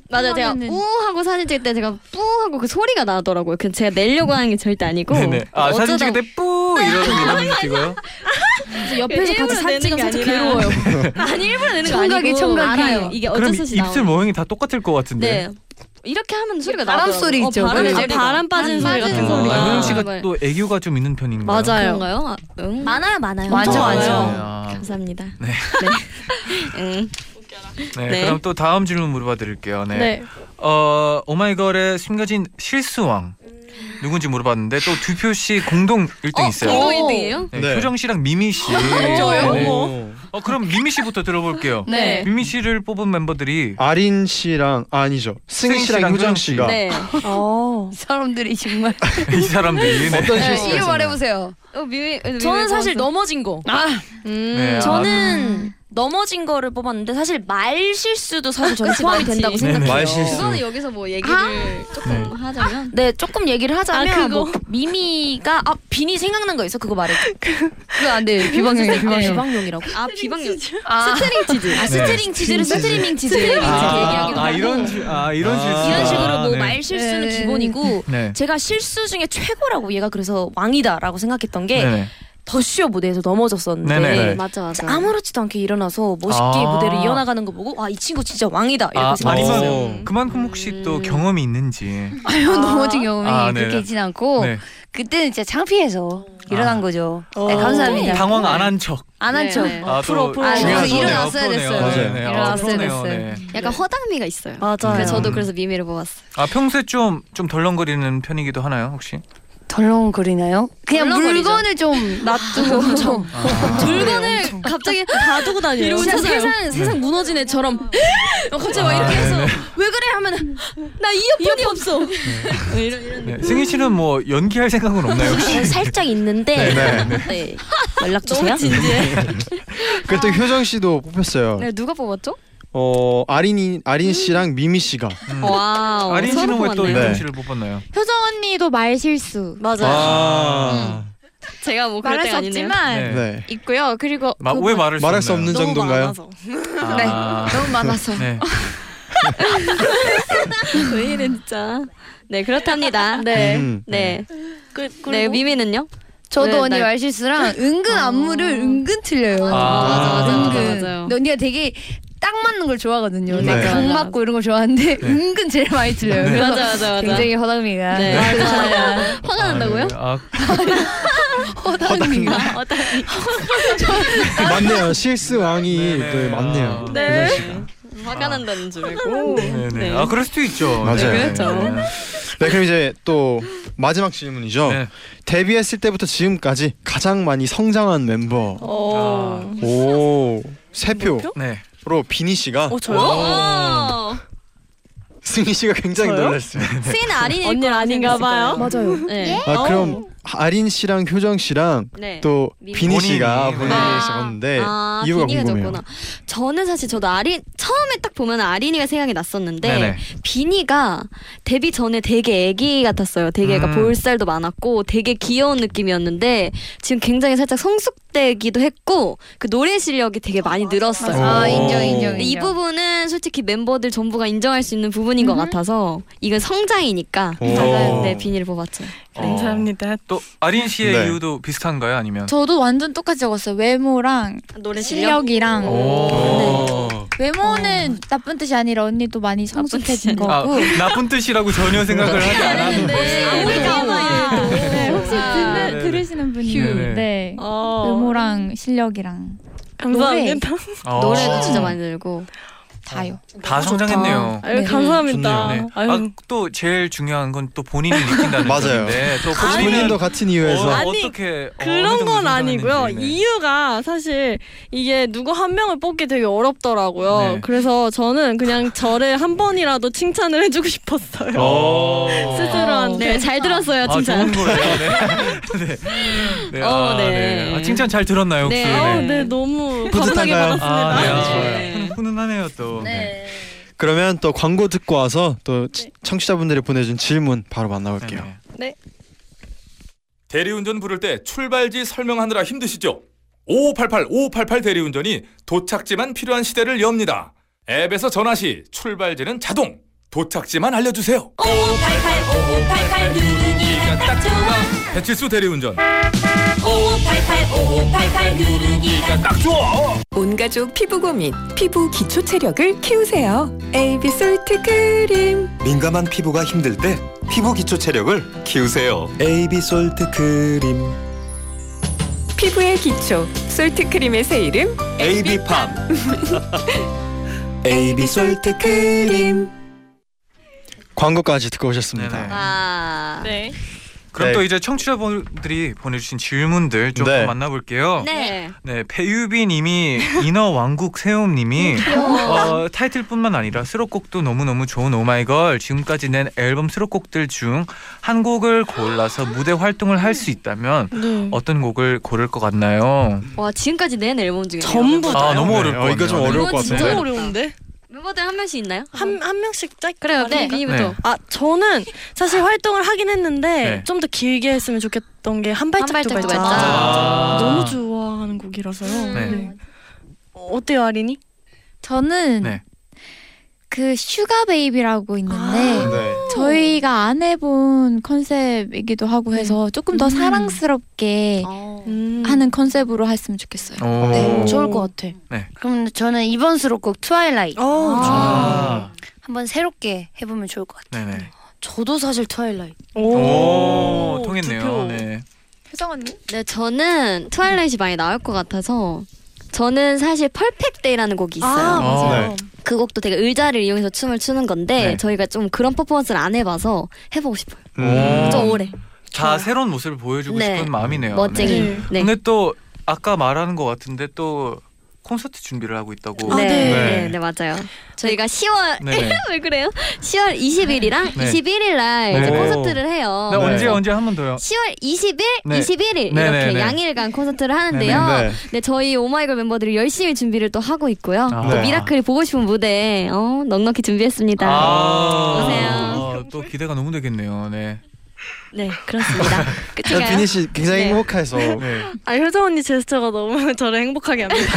Speaker 7: 맞아요. 제가 우 하고 사진 찍을 때 제가 뿌 하고 그 소리가 나더라고요. 그 제가 내려고 하는 게 절대 아니고.
Speaker 2: 네네. 아 사진
Speaker 7: 어쩌다-
Speaker 2: 찍을 때뿌 이러는 미남 찍어요?
Speaker 9: 그래서 옆에서
Speaker 7: 일부러
Speaker 9: 같이 사진
Speaker 7: 내는 게
Speaker 9: 찍으면
Speaker 7: 아니라.
Speaker 9: 괴로워요.
Speaker 7: 아니 일부러 내는 거
Speaker 8: 청각이,
Speaker 7: 아니고
Speaker 8: 청각이.
Speaker 7: 알아요. 이게
Speaker 2: 그럼
Speaker 7: 어쩔 수 없이
Speaker 2: 이- 입술
Speaker 7: 나와요.
Speaker 2: 모양이 다 똑같을 것 같은데.
Speaker 7: 네. 이렇게 하면 소리가
Speaker 8: 바람
Speaker 7: 나더라고요.
Speaker 8: 소리 있죠.
Speaker 7: 어, 바람,
Speaker 8: 원래
Speaker 7: 아, 바람 빠지는 소리
Speaker 8: 빠지는
Speaker 7: 같은
Speaker 2: 어,
Speaker 7: 소리.
Speaker 2: 아, 효정
Speaker 7: 네.
Speaker 2: 씨가 또 애교가 좀 있는 편인가요?
Speaker 6: 맞아요.
Speaker 7: 그런가요? 아, 응.
Speaker 9: 많아요, 많아요.
Speaker 8: 맞아,
Speaker 2: 아,
Speaker 8: 맞아.
Speaker 2: 네.
Speaker 8: 맞아요.
Speaker 2: 아,
Speaker 7: 감사합니다.
Speaker 2: 네.
Speaker 7: 네. 응.
Speaker 2: 네.
Speaker 7: 네.
Speaker 2: 그럼 또 다음 질문 물어봐 드릴게요. 네.
Speaker 6: 네.
Speaker 2: 어 오마이걸의 숨겨진 실수왕 누군지 물어봤는데 또 두표 씨 공동 1등 있어요.
Speaker 7: 공동 1등이에요?
Speaker 2: 네,
Speaker 4: 네.
Speaker 2: 효정 씨랑 미미 씨.
Speaker 9: 아,
Speaker 4: 오.
Speaker 2: 네. 어 그럼 미미 씨부터 들어볼게요.
Speaker 7: 네.
Speaker 2: 미미 씨를 뽑은 멤버들이
Speaker 4: 아린 씨랑 아, 아니죠. 승희
Speaker 2: 승희
Speaker 4: 씨랑
Speaker 2: 씨랑
Speaker 4: 효정
Speaker 2: 효정 씨.
Speaker 4: 씨가
Speaker 7: 네.
Speaker 6: 어.
Speaker 8: 사람들이 정말.
Speaker 2: 이 사람들이 네.
Speaker 4: 어떤
Speaker 8: 네,
Speaker 4: 실수가
Speaker 8: 이유
Speaker 4: 있었나요?
Speaker 8: 말해보세요.
Speaker 7: 어, 미미, 미미
Speaker 9: 저는 사실
Speaker 7: 고맙습니다.
Speaker 9: 넘어진 거.
Speaker 2: 네, 아,
Speaker 9: 음, 저는 넘어진 거를 뽑았는데 사실 말 실수도 사실 저는
Speaker 7: 그치,
Speaker 9: 포함이
Speaker 7: 그치.
Speaker 9: 된다고
Speaker 7: 네,
Speaker 9: 생각해요.
Speaker 4: 말 실수.
Speaker 7: 그거는 여기서 뭐 얘기를 조금
Speaker 2: 어. 네.
Speaker 7: 하자면
Speaker 9: 네, 조금 얘기를 하자면
Speaker 7: 아, 그거.
Speaker 9: 뭐 미미가 아 비니 생각난 거 있어? 그거 말해.
Speaker 8: 그거 안 돼.
Speaker 9: 네,
Speaker 8: 비방용이야, 비방용.
Speaker 9: 비방용이라고.
Speaker 7: 아 비방용
Speaker 8: 아,
Speaker 7: 스트링 치즈.
Speaker 9: 아, 스트링 치즈를 스트리밍 치즈. 스트리밍 치즈
Speaker 2: 아,
Speaker 9: 얘기하기로
Speaker 2: 아
Speaker 9: 하고.
Speaker 2: 이런 실- 아 이런
Speaker 4: 아.
Speaker 2: 실수.
Speaker 9: 이런 식으로 뭐
Speaker 2: 네.
Speaker 9: 말 실수는
Speaker 8: 네.
Speaker 9: 기본이고
Speaker 2: 네.
Speaker 9: 제가 실수 중에 최고라고 얘가 그래서 왕이다라고 생각했던 게
Speaker 2: 네네.
Speaker 9: 더쇼 무대에서 넘어졌었는데
Speaker 2: 네네. 네.
Speaker 7: 맞아 맞아.
Speaker 9: 아무렇지도 않게 일어나서 멋있게
Speaker 2: 아.
Speaker 9: 무대를 이어나가는 거 보고 와 이 친구 진짜 왕이다 이렇게
Speaker 2: 아,
Speaker 9: 생각했어요.
Speaker 4: 오.
Speaker 2: 그만큼 혹시 또
Speaker 7: 음.
Speaker 2: 경험이 있는지.
Speaker 8: 넘어진 경험이
Speaker 2: 아, 네.
Speaker 8: 그렇게 있진 않고
Speaker 9: 어,
Speaker 2: 네.
Speaker 8: 그때는 진짜 창피해서 일어난
Speaker 2: 아.
Speaker 8: 거죠. 네, 감사합니다.
Speaker 2: 당황 안 한 척.
Speaker 8: 안
Speaker 7: 네,
Speaker 8: 한죠.
Speaker 7: 네.
Speaker 2: 아,
Speaker 9: 프로,
Speaker 2: 또
Speaker 9: 프로.
Speaker 8: 아,
Speaker 2: 중요한
Speaker 8: 그래서
Speaker 2: 거네요.
Speaker 8: 일어났어야
Speaker 2: 프로네요.
Speaker 8: 됐어요.
Speaker 2: 네, 네. 아,
Speaker 8: 일어났어야
Speaker 2: 프로네요.
Speaker 8: 됐어요.
Speaker 2: 네.
Speaker 7: 약간 허당미가 있어요.
Speaker 8: 맞아요.
Speaker 7: 그래서 저도
Speaker 2: 음.
Speaker 7: 그래서 미미를 뽑았어요.
Speaker 2: 아 평소에 좀 좀 덜렁거리는 편이기도 하나요 혹시?
Speaker 8: 덜렁거리나요? 그냥
Speaker 7: 덜렁거리죠. 아,
Speaker 8: 물건을 좀 놔두고 좀
Speaker 7: 물건을 갑자기 다 두고 다녀요.
Speaker 9: 이러고
Speaker 7: 진짜
Speaker 9: 찾아요.
Speaker 7: 네. 세상 세상 무너진 애처럼 갑자기
Speaker 2: 아,
Speaker 7: 막 이렇게 해서
Speaker 2: 네.
Speaker 7: 왜 그래 하면 나 이어폰이 없어. 이런 이런.
Speaker 2: 네. 승희 씨는 뭐 연기할 생각은 없나요 혹시?
Speaker 9: 저는 살짝 있는데
Speaker 2: 네, 네, 네.
Speaker 9: 네. 연락 주세요.
Speaker 4: 그때 효정 씨도 뽑혔어요.
Speaker 7: 네, 누가 뽑았죠?
Speaker 4: 어 아린이 아린 씨랑 미미 씨가
Speaker 2: 음.
Speaker 7: 와우.
Speaker 2: 아린 씨는 왜 또
Speaker 4: 뽑았네요.
Speaker 2: 효정
Speaker 4: 네.
Speaker 2: 씨를 뽑았나요?
Speaker 13: 효정 언니도 말 실수.
Speaker 9: 네.
Speaker 7: 맞아요. 음.
Speaker 4: 아.
Speaker 7: 제가 뭐 그럴
Speaker 13: 말할 수
Speaker 7: 때가 아니네요.
Speaker 13: 없지만
Speaker 2: 네.
Speaker 4: 네.
Speaker 13: 있고요. 그리고
Speaker 2: 마,
Speaker 13: 그
Speaker 2: 왜 말할 수
Speaker 4: 말할 수
Speaker 2: 없나요?
Speaker 4: 없는 정도인가요?
Speaker 2: 아.
Speaker 8: 네. 너무 많아서
Speaker 2: 네.
Speaker 7: 왜 이래 진짜. 네 그렇답니다.
Speaker 8: 네.
Speaker 4: 음.
Speaker 7: 네.
Speaker 9: 그, 그리고
Speaker 7: 네 미미는요?
Speaker 8: 저도
Speaker 7: 네,
Speaker 8: 언니
Speaker 7: 날-
Speaker 8: 말실수랑 은근
Speaker 13: 아.
Speaker 8: 안무를 은근 틀려요.
Speaker 2: 아, 맞아, 맞아,
Speaker 7: 맞아,
Speaker 8: 은근.
Speaker 7: 맞아요.
Speaker 8: 근데 언니가 되게 딱 맞는 걸 좋아하거든요.
Speaker 7: 네.
Speaker 8: 네.
Speaker 7: 맞아,
Speaker 8: 공
Speaker 7: 맞아.
Speaker 8: 맞고 이런 걸 좋아하는데
Speaker 2: 네.
Speaker 8: 은근 제일 많이 틀려요.
Speaker 2: 네.
Speaker 8: 그래서
Speaker 7: 맞아, 맞아, 맞아.
Speaker 8: 굉장히 허당미가
Speaker 7: 네.
Speaker 8: 맞아요.
Speaker 7: 화가 난다고요? 아,
Speaker 2: 아,
Speaker 8: 허당미가
Speaker 4: 맞네요. 실수 왕이
Speaker 2: 네네. 아.
Speaker 4: 또 맞네요.
Speaker 7: 네.
Speaker 4: 효정 씨가.
Speaker 7: 화가 난다는 줄 알고.
Speaker 2: 네네.
Speaker 7: 네.
Speaker 2: 아 그럴 수도 있죠.
Speaker 4: 맞아요.
Speaker 2: 네.
Speaker 7: 그렇죠.
Speaker 2: 네.
Speaker 4: 네 그럼 이제 또 마지막 질문이죠.
Speaker 2: 네.
Speaker 4: 데뷔했을 때부터 지금까지 가장 많이 성장한 멤버.
Speaker 7: 어.
Speaker 2: 아,
Speaker 4: 오. 세 표로
Speaker 2: 네. 아,
Speaker 4: 비니 씨가
Speaker 6: 어 저요?
Speaker 4: 승희 씨가 굉장히
Speaker 6: 저요?
Speaker 2: 네.
Speaker 4: 놀랐어요.
Speaker 7: 스인 아린일
Speaker 9: 네. 언니
Speaker 7: 거라
Speaker 9: 아닌가 봐요.
Speaker 7: 생각했을
Speaker 6: 맞아요.
Speaker 7: 거예요. 네.
Speaker 4: 아 그럼 아린 씨랑 효정 씨랑
Speaker 7: 네.
Speaker 4: 또
Speaker 7: 미니.
Speaker 4: 비니 씨가
Speaker 2: 본인이.
Speaker 7: 아.
Speaker 4: 보내주셨는데
Speaker 7: 아,
Speaker 4: 이유가
Speaker 7: 비니가
Speaker 4: 궁금해요.
Speaker 7: 졌구나. 저는 사실 저도 아린 처음에 딱 보면 아린이가 생각이 났었는데
Speaker 2: 네네.
Speaker 7: 비니가 데뷔 전에 되게 애기 같았어요. 되게 약간
Speaker 2: 음.
Speaker 7: 볼살도 많았고 되게 귀여운 느낌이었는데 지금 굉장히 살짝 성숙되기도 했고 그 노래 실력이 되게 많이 늘었어요.
Speaker 8: 아 인정
Speaker 7: 근데
Speaker 8: 인정
Speaker 9: 네.
Speaker 7: 이
Speaker 8: 인정.
Speaker 7: 부분은 솔직히 멤버들 전부가 인정할 수 있는 부분인 것 같아서 이건 성장이니까
Speaker 4: 오.
Speaker 7: 네 비니를 뽑았죠.
Speaker 2: 어,
Speaker 6: 감사합니다.
Speaker 2: 또 아린 씨의
Speaker 4: 네.
Speaker 2: 이유도 비슷한가요? 아니면?
Speaker 13: 저도 완전 똑같이 적었어요. 외모랑
Speaker 7: 노래
Speaker 13: 실력이랑
Speaker 2: 오.
Speaker 6: 네.
Speaker 4: 어.
Speaker 13: 외모는
Speaker 8: 어.
Speaker 13: 나쁜 뜻이 아니라 언니도 많이
Speaker 7: 나쁜 뜻이
Speaker 13: 성숙해진
Speaker 7: 아니라.
Speaker 6: 어.
Speaker 2: 아,
Speaker 13: 거고
Speaker 2: 나쁜 뜻이라고 전혀 생각을 하지
Speaker 6: 네.
Speaker 2: 않았는데.
Speaker 9: 아,
Speaker 13: 네, 혹시
Speaker 2: 네, 네.
Speaker 13: 듣는, 들으시는 분이
Speaker 2: 네네.
Speaker 13: 네 외모랑 실력이랑
Speaker 6: 감사합니다.
Speaker 2: 어.
Speaker 6: 아.
Speaker 7: 노래도 진짜 많이 늘고
Speaker 13: 다요.
Speaker 2: 다 성장했네요.
Speaker 6: 아유, 감사합니다.
Speaker 2: 좋네요. 네.
Speaker 6: 아유.
Speaker 2: 아, 또 제일 중요한 건 또 본인이 느낀다는
Speaker 4: 맞아요.
Speaker 2: 건데 또
Speaker 4: 아니, 본인도 같은 이유에서.
Speaker 2: 어,
Speaker 6: 아니,
Speaker 2: 어떻게 어, 어느
Speaker 6: 그런
Speaker 2: 정도
Speaker 6: 건
Speaker 2: 성장했는지,
Speaker 6: 아니고요.
Speaker 2: 네.
Speaker 6: 이유가 사실 이게 누구 한 명을 뽑기 되게 어렵더라고요.
Speaker 2: 네.
Speaker 6: 그래서 저는 그냥 저를 한 번이라도 칭찬을 해주고 싶었어요.
Speaker 2: 오.
Speaker 6: 아. 스스로한테
Speaker 7: 네, 잘 들었어요,
Speaker 2: 아,
Speaker 7: 진짜.
Speaker 2: 좋은 거예요. 네. 네. 네.
Speaker 7: 어,
Speaker 2: 아,
Speaker 7: 네.
Speaker 2: 네. 아, 칭찬 잘 들었나요, 혹시?
Speaker 7: 네.
Speaker 6: 어,
Speaker 2: 네.
Speaker 6: 네, 너무 감사하게
Speaker 4: 뿌듯한가요?
Speaker 6: 받았습니다.
Speaker 2: 아, 네. 아,
Speaker 7: 네.
Speaker 2: 훈- 훈훈하네요, 또. 네.
Speaker 4: 그러면 또 광고 듣고 와서 또 치- 청취자분들이 보내준 질문 바로 만나볼게요.
Speaker 2: 네.
Speaker 14: 대리운전 부를 때 출발지 설명하느라 힘드시죠? 5588 5588 대리운전이 도착지만 필요한 시대를 엽니다. 앱에서 전화 시 출발지는 자동 도착지만 알려주세요.
Speaker 1: 5588 5588 누르기가 딱 좋아
Speaker 14: 배칠수 대리운전
Speaker 1: 5588 5588 누르기가 딱 좋아
Speaker 15: 온 가족 피부 고민, 피부 기초 체력을 키우세요. 에이비 솔트 크림.
Speaker 16: 민감한 피부가 힘들 때 피부 기초 체력을 키우세요. 에이비 솔트 크림.
Speaker 15: 피부의 기초, 솔트 크림의 새 이름
Speaker 16: 에이비팜.
Speaker 15: 에이비 솔트 크림.
Speaker 4: 광고까지 듣고 오셨습니다.
Speaker 7: 아.
Speaker 6: 네.
Speaker 2: 그럼
Speaker 4: 네.
Speaker 2: 또 이제 청취자분들이 보내주신 질문들 조금
Speaker 4: 네.
Speaker 2: 만나볼게요.
Speaker 7: 네.
Speaker 2: 네, 배유빈님이 인어 왕국 세움님이 어, 타이틀뿐만 아니라 수록곡도 너무 너무 좋은 오마이걸 지금까지 낸 앨범 수록곡들 중 한 곡을 골라서 무대 활동을 할 수 있다면
Speaker 6: 네.
Speaker 2: 어떤 곡을 고를 것 같나요?
Speaker 7: 와 지금까지 낸 앨범 중에
Speaker 6: 전부
Speaker 2: 아 너무
Speaker 4: 네,
Speaker 2: 어려울
Speaker 4: 어,
Speaker 2: 것 같아요.
Speaker 4: 이거 좀 어려울 것
Speaker 7: 진짜
Speaker 4: 같은데.
Speaker 6: 어려운데?
Speaker 7: 멤버들 한 명씩 있나요?
Speaker 6: 네. 한, 한 명씩 짧게
Speaker 7: 그래요. 네.
Speaker 6: 말해볼까요?
Speaker 7: 미니부터.
Speaker 2: 네.
Speaker 6: 아 저는 사실 활동을 하긴 했는데
Speaker 2: 네.
Speaker 6: 좀 더 길게 했으면 좋겠던 게 한 발짝 두
Speaker 7: 발짝,
Speaker 6: 발짝,
Speaker 7: 두 발짝.
Speaker 2: 아.
Speaker 6: 너무 좋아하는
Speaker 13: 음.
Speaker 6: 곡이라서요.
Speaker 2: 네.
Speaker 6: 네. 어, 어때요 아린이?
Speaker 13: 저는
Speaker 2: 네.
Speaker 13: 그 슈가 베이비라고
Speaker 8: 아.
Speaker 13: 있는데
Speaker 4: 네.
Speaker 13: 저희가 안 해본 컨셉이기도 하고
Speaker 8: 네.
Speaker 13: 해서 조금 더
Speaker 6: 음.
Speaker 13: 사랑스럽게
Speaker 7: 어.
Speaker 6: 음.
Speaker 7: 아, 네.
Speaker 13: 하는 컨셉으로 했으면 좋겠어요.
Speaker 2: 오.
Speaker 8: 네, 좋을 것 같아.
Speaker 2: 네.
Speaker 8: 그럼 음, 저는 이번 수록곡 트와일라이트
Speaker 6: 어,
Speaker 2: 아.
Speaker 8: 한번 새롭게 해보면 좋을 것 같아.
Speaker 2: 네네.
Speaker 8: 저도 사실 트와일라이트.
Speaker 2: 오,
Speaker 6: 오, 두
Speaker 2: 통했네요.
Speaker 6: 표.
Speaker 2: 네.
Speaker 13: 효정 언니?
Speaker 7: 네, 저는 트와일라이트 많이 나올 것 같아서 저는 사실 퍼펙트 데이라는 곡이
Speaker 6: 아
Speaker 7: 있어요.
Speaker 6: 맞아요.
Speaker 4: 네.
Speaker 7: 그 곡도 되게 의자를 이용해서 춤을 추는 건데
Speaker 2: 네.
Speaker 7: 저희가 좀 그런 퍼포먼스를 안 해봐서 해보고 싶어요.
Speaker 4: 음.
Speaker 7: 좀 오래
Speaker 2: 다 새로운 모습을 보여주고
Speaker 7: 네.
Speaker 2: 싶은 마음이네요.
Speaker 7: 멋쟁이.
Speaker 2: 네.
Speaker 7: 네. 네.
Speaker 2: 근데 또 아까 말하는 것 같은데 또 콘서트 준비를 하고 있다고.
Speaker 7: 네.
Speaker 6: 네.
Speaker 7: 네, 네, 맞아요. 저희가 10월
Speaker 2: 네네.
Speaker 7: 왜 그래요? 10월 20일이랑
Speaker 2: 네.
Speaker 7: 21일 날 이제
Speaker 2: 오.
Speaker 7: 콘서트를 해요.
Speaker 2: 네,
Speaker 4: 네.
Speaker 2: 언제 언제 한 번 더요.
Speaker 7: 10월 20일,
Speaker 2: 네.
Speaker 7: 21일
Speaker 2: 네,
Speaker 7: 이렇게
Speaker 2: 네, 네.
Speaker 7: 양일간 콘서트를 하는데요.
Speaker 4: 네.
Speaker 7: 네, 저희 오마이걸 멤버들이 열심히 준비를 또 하고 있고요.
Speaker 2: 아.
Speaker 7: 또
Speaker 4: 네.
Speaker 7: 미라클이 보고 싶은 무대 어, 넉넉히 준비했습니다. 오세요.
Speaker 2: 아, 또 기대가 너무 되겠네요. 네.
Speaker 7: 네,
Speaker 4: 네.
Speaker 7: 그렇습니다. 끝인가요?
Speaker 4: 비니 씨 굉장히
Speaker 7: 네.
Speaker 4: 행복해서
Speaker 2: 네.
Speaker 6: 아 효정 언니 제스처가 너무 저를 행복하게 합니다.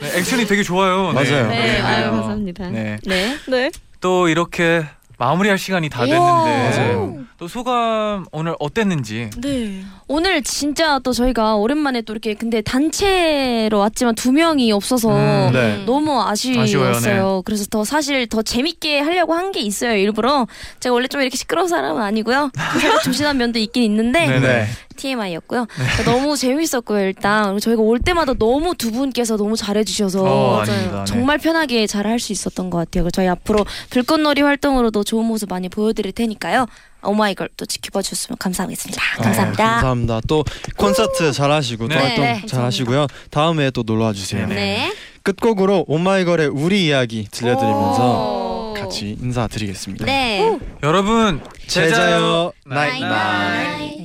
Speaker 2: 네, 액션이 되게 좋아요.
Speaker 4: 맞아요.
Speaker 7: 네,
Speaker 2: 네,
Speaker 7: 아유
Speaker 2: 네.
Speaker 7: 감사합니다. 네.
Speaker 2: 네.
Speaker 6: 네.
Speaker 2: 또 이렇게 마무리할 시간이 다 됐는데
Speaker 4: 맞아요.
Speaker 2: 또 소감 오늘 어땠는지.
Speaker 6: 네.
Speaker 9: 오늘 진짜 또 저희가 오랜만에 또 이렇게 근데 단체로 왔지만 두 명이 없어서
Speaker 2: 음,
Speaker 4: 네.
Speaker 9: 너무 아쉬웠어요.
Speaker 2: 아쉬워요, 네.
Speaker 9: 그래서 더 사실 더 재밌게 하려고 한 게 있어요. 일부러 제가 원래 좀 이렇게 시끄러운 사람은 아니고요. 살짝 조신한 면도 있긴 있는데
Speaker 2: 네네.
Speaker 9: TMI였고요.
Speaker 2: 네.
Speaker 9: 그러니까 너무 재밌었고요. 일단 그리고 저희가 올 때마다 너무 두 분께서 너무 잘해주셔서
Speaker 2: 어, 아닙니다. 네.
Speaker 9: 정말 편하게 잘 할 수 있었던 것 같아요. 그래서 저희 앞으로 불꽃놀이 활동으로도 좋은 모습 많이 보여드릴 테니까요. 오마이걸 또 지켜봐 주셨으면 감사하겠습니다. 감사합니다.
Speaker 4: 어, 감사합니다. 또 콘서트 잘 하시고 또
Speaker 2: 네.
Speaker 4: 활동
Speaker 7: 네.
Speaker 4: 잘 하시고요. 다음에 또 놀러 와 주세요.
Speaker 2: 네.
Speaker 4: 끝곡으로 오마이걸의 우리 이야기 들려드리면서
Speaker 7: 오.
Speaker 4: 같이 인사드리겠습니다. 네.
Speaker 7: 네.
Speaker 2: 여러분
Speaker 4: 제자요 나잇나잇.
Speaker 7: 나잇나잇.